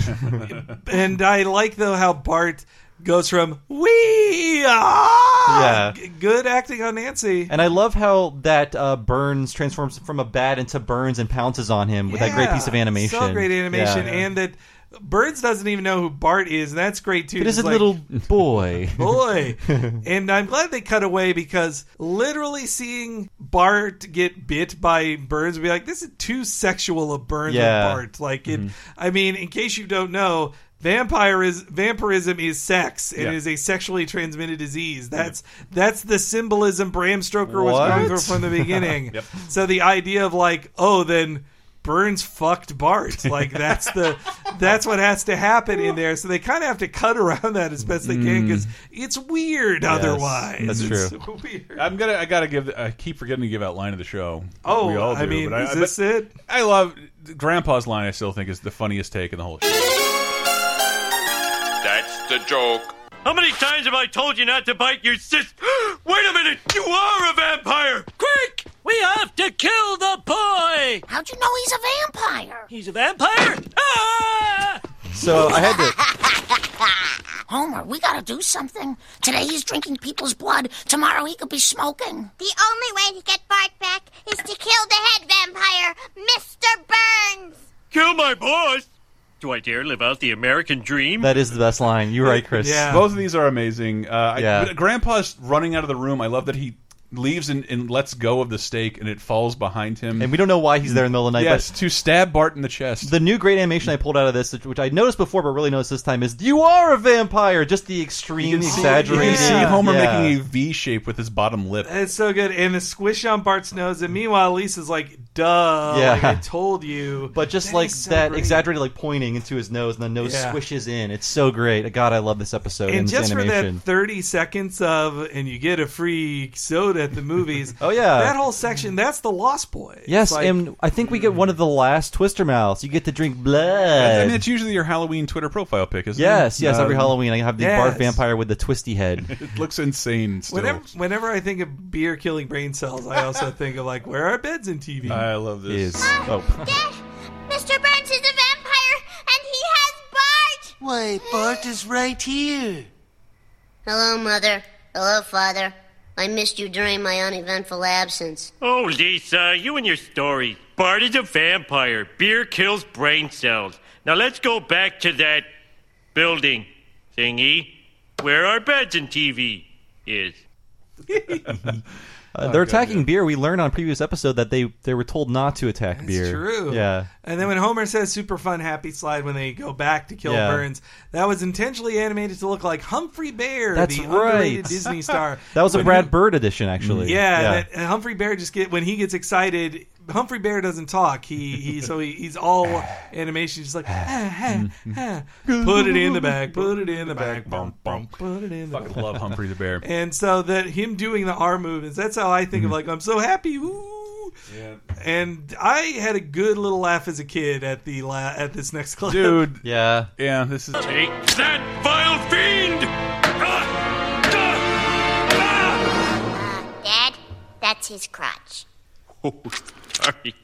Speaker 4: and I like though how Bart goes from we ah
Speaker 3: Yeah.
Speaker 4: G- good acting on Nancy.
Speaker 3: And I love how that uh, Burns transforms from a bat into Burns and pounces on him with that great
Speaker 4: Yeah,
Speaker 3: piece of animation.
Speaker 4: So great animation,
Speaker 3: Yeah.
Speaker 4: and that Burns doesn't even know who Bart is, and that's great too.
Speaker 3: But is
Speaker 4: Just
Speaker 3: a
Speaker 4: like-
Speaker 3: little boy.
Speaker 4: boy. and I'm glad they cut away because literally seeing Bart get bit by Burns would be like, this is too sexual of Burns
Speaker 3: Yeah.
Speaker 4: with Bart. Like
Speaker 1: Mm-hmm.
Speaker 4: it I mean, in case you don't know, vampire is vampirism is sex and
Speaker 1: Yeah.
Speaker 4: is a sexually transmitted disease. That's that's the symbolism Bram Stoker was
Speaker 1: What?
Speaker 4: going for from the beginning.
Speaker 1: Yep.
Speaker 4: So the idea of like, oh then Burns fucked Bart. Like that's the that's what has to happen in there. So they kind of have to cut around that as best they can because it's weird
Speaker 1: Mm. Yes,
Speaker 4: otherwise.
Speaker 1: that's
Speaker 4: It's
Speaker 1: true.
Speaker 4: so weird.
Speaker 1: I'm gonna. I gotta give. I keep forgetting to give out line of the show.
Speaker 4: Oh,
Speaker 1: we all do,
Speaker 4: I mean,
Speaker 1: but
Speaker 4: is this it?
Speaker 1: I love Grandpa's line. I still think is the funniest take in the whole. show.
Speaker 5: That's the joke. How many times have I told you not to bite your sis? Wait a minute! You are a vampire! Quick! We have to kill the boy!
Speaker 6: How'd you know he's a vampire?
Speaker 5: He's a vampire? Ah!
Speaker 3: So I had to.
Speaker 6: Homer, we gotta do something. Today he's drinking people's blood. Tomorrow he could be smoking.
Speaker 20: The only way to get Bart back is to kill the head vampire, Mr. Burns.
Speaker 5: Kill my boss! Do I dare live out the American dream?
Speaker 3: That is the best line. You're right, Chris.
Speaker 1: Both of these are amazing. Uh,
Speaker 3: Yeah.
Speaker 1: I, but Grandpa's running out of the room. I love that he leaves and, and lets go of the stake, and it falls behind him.
Speaker 3: And we don't know why he's there in the middle of the night.
Speaker 1: Yes,
Speaker 3: but
Speaker 1: to stab Bart in the chest.
Speaker 3: The new great animation I pulled out of this, which I noticed before but really noticed this time, is you are a vampire. Just the extreme exaggeration.
Speaker 1: You see Homer
Speaker 3: Yeah.
Speaker 1: making a V shape with his bottom lip.
Speaker 4: It's so good. And the squish on Bart's nose. And meanwhile, Lisa's like, duh.
Speaker 3: Yeah.
Speaker 4: Like I told you.
Speaker 3: But just
Speaker 4: That
Speaker 3: like
Speaker 4: is so
Speaker 3: that
Speaker 4: great.
Speaker 3: exaggerated, like pointing into his nose, and the nose
Speaker 4: Yeah.
Speaker 3: swishes in. It's so great. God, I love this episode
Speaker 4: And
Speaker 3: this
Speaker 4: just for
Speaker 3: animation.
Speaker 4: that 30 seconds of, and you get a free soda at the movies. oh,
Speaker 3: yeah.
Speaker 4: That whole section, that's the Lost Boy.
Speaker 3: yes,
Speaker 4: It's like-
Speaker 3: and I think we get one of the last Twister mouths. You get to drink blood.
Speaker 1: And it's usually your Halloween Twitter profile pick, isn't
Speaker 3: yes,
Speaker 1: it?
Speaker 3: yes. every
Speaker 1: Um,
Speaker 3: Halloween, I have the
Speaker 4: yes.
Speaker 3: barf vampire with the twisty head.
Speaker 1: It looks insane. Still.
Speaker 4: Whenever, whenever I think of beer killing brain cells, I also think of like where are beds in TV.
Speaker 3: Uh,
Speaker 1: I love this.
Speaker 3: oh,
Speaker 20: Mr. Burns is a vampire, and he has Bart.
Speaker 13: Why, Bart is right here.
Speaker 18: Hello, Mother. Hello, Father. I missed you during my uneventful absence.
Speaker 5: Oh, Lisa, you and your story. Bart is a vampire. Beer kills brain cells. Now let's go back to that building thingy where our beds and TV is.
Speaker 3: Uh, they're attacking beer. We learned on a previous episode that they they were told not to attack beer.
Speaker 4: True.
Speaker 3: Yeah.
Speaker 4: And then when Homer says super fun happy slide when they go back to kill
Speaker 3: Yeah.
Speaker 4: Burns, that was intentionally animated to look like Humphrey Bear,
Speaker 3: That's
Speaker 4: the
Speaker 3: right.
Speaker 4: underrated Disney star.
Speaker 3: That was a
Speaker 4: When
Speaker 3: Brad
Speaker 4: he-
Speaker 3: Bird edition, actually.
Speaker 4: Yeah, That, and Humphrey Bear just get when he gets excited. Humphrey Bear doesn't talk. He he so he, he's all animation. He's like, "Ah, ah, ah." put it in the bag, put it in the bag, bump bump, put it in the
Speaker 1: I
Speaker 4: bag.
Speaker 1: love Humphrey the Bear.
Speaker 4: And so that him doing the arm movements, that's how I
Speaker 1: Mm-hmm.
Speaker 4: think of like I'm so happy. Ooh. And I had a good little laugh as a kid at the la- at this next clip.
Speaker 1: Dude.
Speaker 3: Yeah.
Speaker 1: Yeah, this is.
Speaker 5: Take that, vile fiend!
Speaker 20: Dad, that's his crotch.
Speaker 5: Oh, sorry.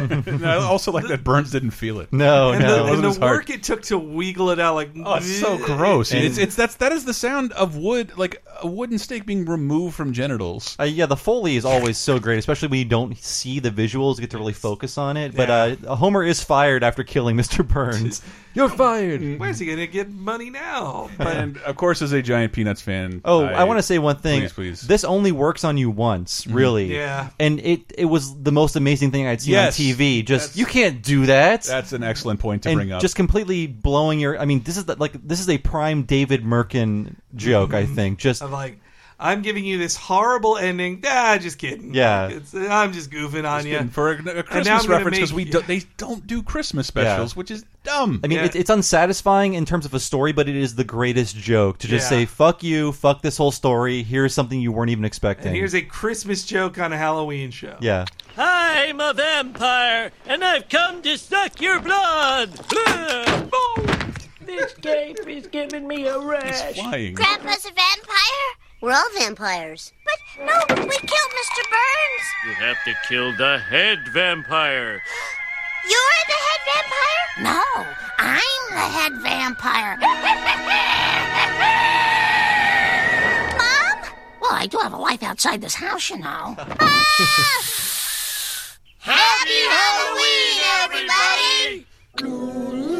Speaker 1: And I also like that Burns didn't feel it.
Speaker 3: No,
Speaker 4: and the, and
Speaker 1: wasn't
Speaker 4: the
Speaker 1: as hard.
Speaker 4: work it took to wiggle it out like
Speaker 1: Oh, it's so gross.
Speaker 3: And-
Speaker 1: it's it's that's that is the sound of wood like a wooden stake being removed from genitals.
Speaker 3: Uh, yeah, the Foley is always so great, especially when you don't see the visuals, get to really focus on it. But uh, Homer is fired after killing Mr. Burns. You're fired.
Speaker 4: Where's he gonna get money now? But
Speaker 1: And Mm. of course, as a giant Peanuts fan,
Speaker 3: Oh, I, want to say one thing.
Speaker 1: Please, please.
Speaker 3: This only works on you once,
Speaker 4: Mm-hmm.
Speaker 3: really.
Speaker 1: Yeah.
Speaker 3: And it, it was the most amazing thing I'd seen
Speaker 1: Yes.
Speaker 3: on TV. Just
Speaker 1: That's-
Speaker 3: you can't do that.
Speaker 1: That's an excellent point to
Speaker 3: and
Speaker 1: bring up.
Speaker 3: just completely blowing your. I mean, this is the, like this is a prime David Merkin joke. I
Speaker 4: Mm-hmm.
Speaker 3: think just
Speaker 4: I'm like, I'm giving you this horrible ending. Nah, just kidding.
Speaker 3: Yeah.
Speaker 4: Like, it's, I'm just goofing on
Speaker 1: Just
Speaker 4: you
Speaker 1: kidding. for a, a
Speaker 4: And now I'm
Speaker 1: Christmas
Speaker 4: gonna
Speaker 1: reference because
Speaker 4: make-
Speaker 1: we do, they don't do Christmas specials,
Speaker 3: Yeah.
Speaker 1: which is dumb.
Speaker 3: I mean,
Speaker 1: Yeah.
Speaker 3: it, it's unsatisfying in terms of a story, but it is the greatest joke to just
Speaker 4: Yeah.
Speaker 3: say "fuck you," "fuck this whole story." Here's something you weren't even expecting.
Speaker 4: And here's a Christmas joke on a Halloween show.
Speaker 3: yeah,
Speaker 5: I'm a vampire, and I've come to suck your blood.
Speaker 6: This cape is giving me a rash.
Speaker 1: flying.
Speaker 20: Grandpa's a vampire?
Speaker 18: We're all vampires.
Speaker 20: But no, we killed Mr. Burns.
Speaker 5: You have to kill the head vampire.
Speaker 20: You're the head vampire?
Speaker 6: No, I'm the head vampire.
Speaker 20: Mom? Ah!
Speaker 6: Well, I do have a life outside this house, you know.
Speaker 20: Happy Halloween, everybody!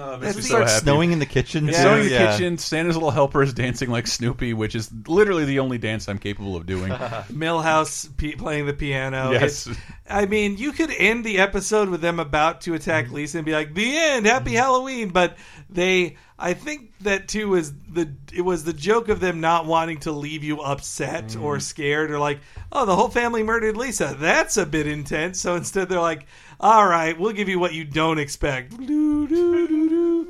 Speaker 1: Oh, makes
Speaker 4: That's
Speaker 1: me
Speaker 4: the-
Speaker 1: so
Speaker 4: Starts
Speaker 1: happy.
Speaker 3: snowing in the kitchen,
Speaker 1: It's
Speaker 3: too.
Speaker 1: snowing in the
Speaker 3: Yeah.
Speaker 1: kitchen. Santa's little helper is dancing like Snoopy, which is literally the only dance I'm capable of doing.
Speaker 4: Millhouse p- playing the piano.
Speaker 1: Yes.
Speaker 4: It's- I mean, you could end the episode with them about to attack Lisa and be like, "The end, Happy Halloween." But they, I think that too was the it was the joke of them not wanting to leave you upset or scared or like, "Oh, the whole family murdered Lisa." That's a bit intense. So instead, they're like, "All right, we'll give you what you don't expect." Doo, doo, doo, doo.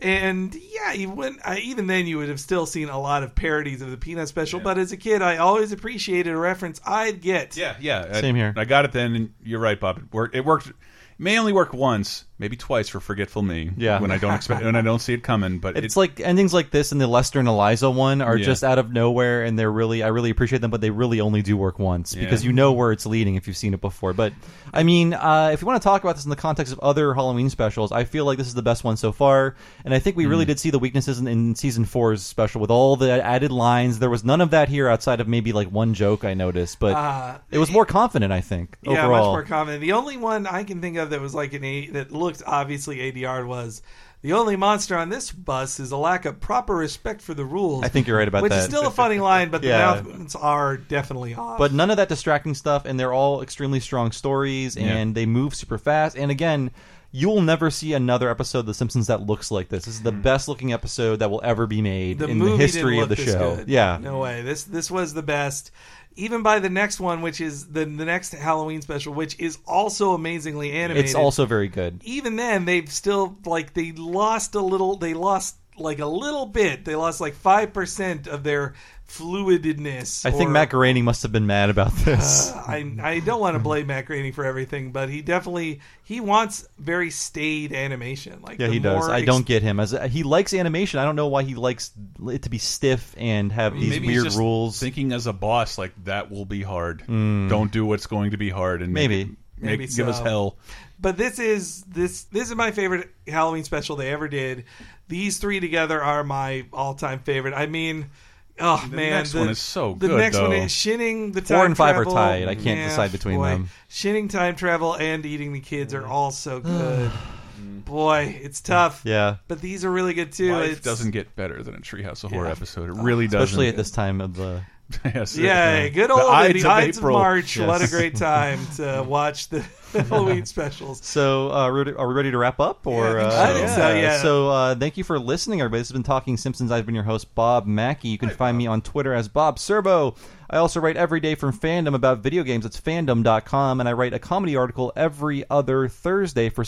Speaker 4: And yeah, you wouldn't, I, even then you would have still seen a lot of parodies of the Peanut Special. But as a kid, I always appreciated a reference I'd get.
Speaker 1: Yeah, yeah. I-
Speaker 3: Same here.
Speaker 1: I got it then, and you're right, Bob. It worked. It worked. It may only work once, maybe twice for forgetful me.
Speaker 3: Yeah.
Speaker 1: when I don't expect, when I don't see it coming. But
Speaker 3: it's like endings like this and the Lester and Eliza one are
Speaker 1: Yeah.
Speaker 3: just out of nowhere, and they're really I really appreciate them, but they really only do work once
Speaker 1: Yeah.
Speaker 3: because you know where it's leading if you've seen it before. But I mean, uh, if you want to talk about this in the context of other Halloween specials, I feel like this is the best one so far, and I think we
Speaker 1: Mm.
Speaker 3: really did see the weaknesses in, in season four's special with all the added lines. There was none of that here outside of maybe like one joke I noticed, but
Speaker 4: Uh,
Speaker 3: it was more confident. I think
Speaker 4: Yeah,
Speaker 3: overall.
Speaker 4: much more common. The only one I can think of that was like an A that looked obviously ADR was the only monster on this bus is a lack of proper respect for the rules.
Speaker 3: I think you're right about
Speaker 4: which is
Speaker 3: that.
Speaker 4: still a funny line, but
Speaker 3: Yeah.
Speaker 4: the mouth movements are definitely off.
Speaker 3: but none of that distracting stuff and they're all extremely strong stories and
Speaker 4: Yeah.
Speaker 3: they move super fast and again you will never see another episode of The Simpsons that looks like this. This is the best looking episode that will ever be made
Speaker 4: Hmm. the
Speaker 3: in
Speaker 4: movie
Speaker 3: the history
Speaker 4: didn't
Speaker 3: of the
Speaker 4: look this
Speaker 3: show.
Speaker 4: good.
Speaker 3: Yeah.
Speaker 4: no way. This this was the best. Even by the next one, which is the the next Halloween special, which is also amazingly animated.
Speaker 3: It's also very good.
Speaker 4: even then they've still like they lost a little. They lost like a little bit. They lost like five percent of their fluidness.
Speaker 3: I think
Speaker 4: or-
Speaker 3: Matt Groening must have been mad about this.
Speaker 4: uh, I I don't
Speaker 3: Mm-hmm.
Speaker 4: want to blame Matt Groening for everything, but he definitely he wants very staid animation. Like
Speaker 3: yeah,
Speaker 4: the
Speaker 3: he does.
Speaker 4: more
Speaker 3: I
Speaker 4: ex-
Speaker 3: don't get him as he likes animation. I don't know why he likes it to be stiff and have these
Speaker 1: Maybe he's
Speaker 3: weird
Speaker 1: just
Speaker 3: rules.
Speaker 1: Thinking as a boss, like that will be hard.
Speaker 3: Mm.
Speaker 1: Don't do what's going to be hard, and make
Speaker 3: Maybe.
Speaker 1: it- make,
Speaker 4: Maybe
Speaker 1: give us
Speaker 4: so.
Speaker 1: hell.
Speaker 4: But this is this this is my favorite Halloween special they ever did. These three together are my all time favorite. I mean, oh
Speaker 1: The
Speaker 4: man,
Speaker 1: next one is so
Speaker 4: The
Speaker 1: good,
Speaker 4: next one
Speaker 1: though.
Speaker 4: is shinning the time
Speaker 3: Four and five are
Speaker 4: travel.
Speaker 3: tied. I can't
Speaker 4: Yeah,
Speaker 3: decide between
Speaker 4: boy.
Speaker 3: them.
Speaker 4: Shinning time travel and eating the kids
Speaker 1: Mm.
Speaker 4: are all so good. boy, it's tough.
Speaker 3: Yeah.
Speaker 4: but these are really good too.
Speaker 1: Life
Speaker 4: It's-
Speaker 1: doesn't get better than a Treehouse of Horror
Speaker 4: Yeah. Oh,
Speaker 1: episode. It really doesn't.
Speaker 3: Especially at this time of the.
Speaker 1: yes, it-
Speaker 4: yeah, good
Speaker 1: The
Speaker 4: old the
Speaker 1: Ides
Speaker 4: Ides,
Speaker 1: of
Speaker 4: of,
Speaker 1: April.
Speaker 4: March. What a
Speaker 1: Yes.
Speaker 4: great time to watch the Halloween specials.
Speaker 3: So, uh, Rudy- are we ready to wrap up? Or
Speaker 4: Yeah, I
Speaker 3: uh,
Speaker 4: think so. I think so, yeah.
Speaker 3: So, uh, thank you for listening, everybody. This has been Talking Simpsons. I've been your host, Bob Mackey. You can find me on Twitter as Bob Serbo. I also write every day from Fandom about video games. It's fandom.com. And I write a comedy article every other Thursday for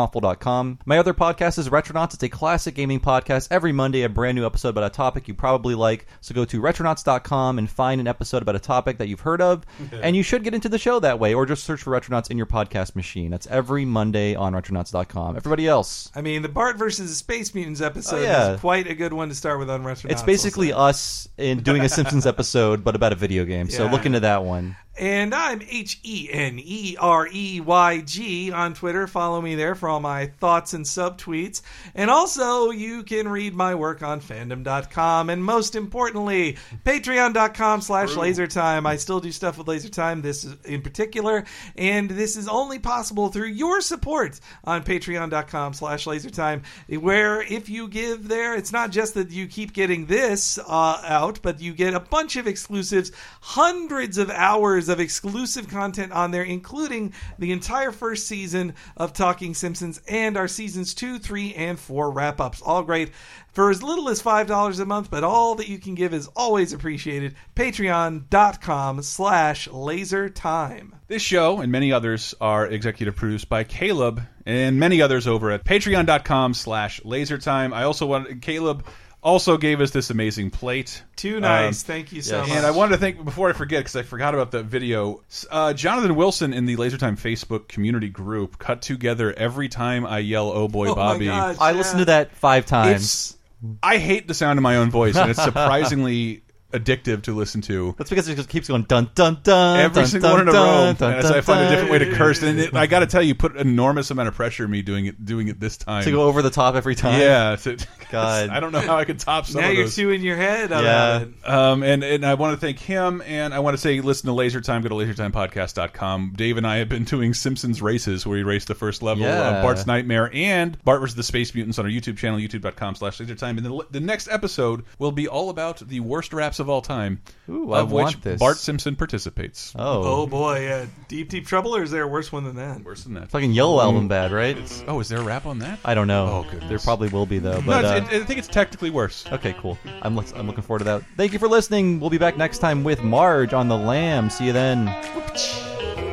Speaker 3: somethingawful.com. My other podcast is Retronauts. It's a classic gaming podcast. Every Monday, a brand new episode about a topic you probably like. So go to retronauts.com and find an episode about a topic that you've heard of. and you should get into the show that way, or just search for Retronauts in your podcast machine. That's every Monday on retronauts.com. Everybody else.
Speaker 4: I mean, the Bart versus the Space Mutants episode
Speaker 3: Oh, yeah.
Speaker 4: is quite a good one to start with on Retronauts.
Speaker 3: It's basically us in doing a Simpsons episode, but about a video game. So
Speaker 4: Yeah.
Speaker 3: look into that one.
Speaker 4: And I'm H E N E R E Y G on Twitter. Follow me there for all my thoughts and subtweets. And also, you can read my work on fandom.com. And most importantly, patreon.com slash lasertime. I still do stuff with lasertime, this is in particular. And this is only possible through your support on patreon.com slash lasertime, where if you give there, it's not just that you keep getting this uh, out, but you get a bunch of exclusives, hundreds of hours of exclusive content on there, including the entire first season of Talking Simpsons and our seasons two, three, and four wrap ups. All great for as little as $5 a month, but all that you can give is always appreciated. Patreon.com slash laser time.
Speaker 1: This show and many others are executive produced by Caleb and many others over at patreon.com slash lasertime. I also wanted Caleb also gave us this amazing plate. Um,
Speaker 4: Too nice. Thank you so much.
Speaker 1: And I wanted to thank before I forget because I forgot about that video. s- Uh, Jonathan Wilson in the Lasertime Facebook community group cut together every time I yell "Oh boy,
Speaker 3: Oh my
Speaker 1: Bobby."
Speaker 3: gosh, I yeah. listened to that five times.
Speaker 1: It's- I hate the sound of my own voice, and it's surprisingly addictive to listen to.
Speaker 3: That's because it just keeps going dun dun dun
Speaker 1: every
Speaker 3: dun,
Speaker 1: single
Speaker 3: dun,
Speaker 1: one in a
Speaker 3: dun,
Speaker 1: row.
Speaker 3: dun,
Speaker 1: and
Speaker 3: dun,
Speaker 1: so I find a
Speaker 3: dun.
Speaker 1: different way to curse. And it, I got to tell you, put enormous amount of pressure me doing it doing it this time
Speaker 3: to go over the top every time.
Speaker 1: Yeah, to,
Speaker 3: God,
Speaker 1: I don't know how I could top some
Speaker 4: now
Speaker 1: of
Speaker 4: you're
Speaker 1: those.
Speaker 4: two in your head. about it.
Speaker 1: Um, and, and I want to thank him, and I want to say listen to Laser Time, go to lasertimepodcast.com. Dave and I have been doing Simpsons races where we race the first level
Speaker 3: Yeah.
Speaker 1: of Bart's Nightmare and Bart versus the Space Mutants on our YouTube channel, youtube.com slash lasertime. And the, the next episode will be all about the worst raps of all time,
Speaker 3: Ooh, I
Speaker 1: of which
Speaker 3: want this.
Speaker 1: Bart Simpson participates.
Speaker 4: Oh, boy, yeah. Deep Deep Trouble, or is there a worse one than that?
Speaker 1: Worse than that.
Speaker 3: Fucking Yellow Album bad, right?
Speaker 1: oh, is there a rap on that?
Speaker 3: I don't know. there probably will be though. But
Speaker 1: Oh, no,
Speaker 3: uh,
Speaker 1: it's, it, I think it's technically worse.
Speaker 3: Okay, cool. I'm look- I'm looking forward to that. Thank you for listening. We'll be back next time with Marge on the Lamb. See you then.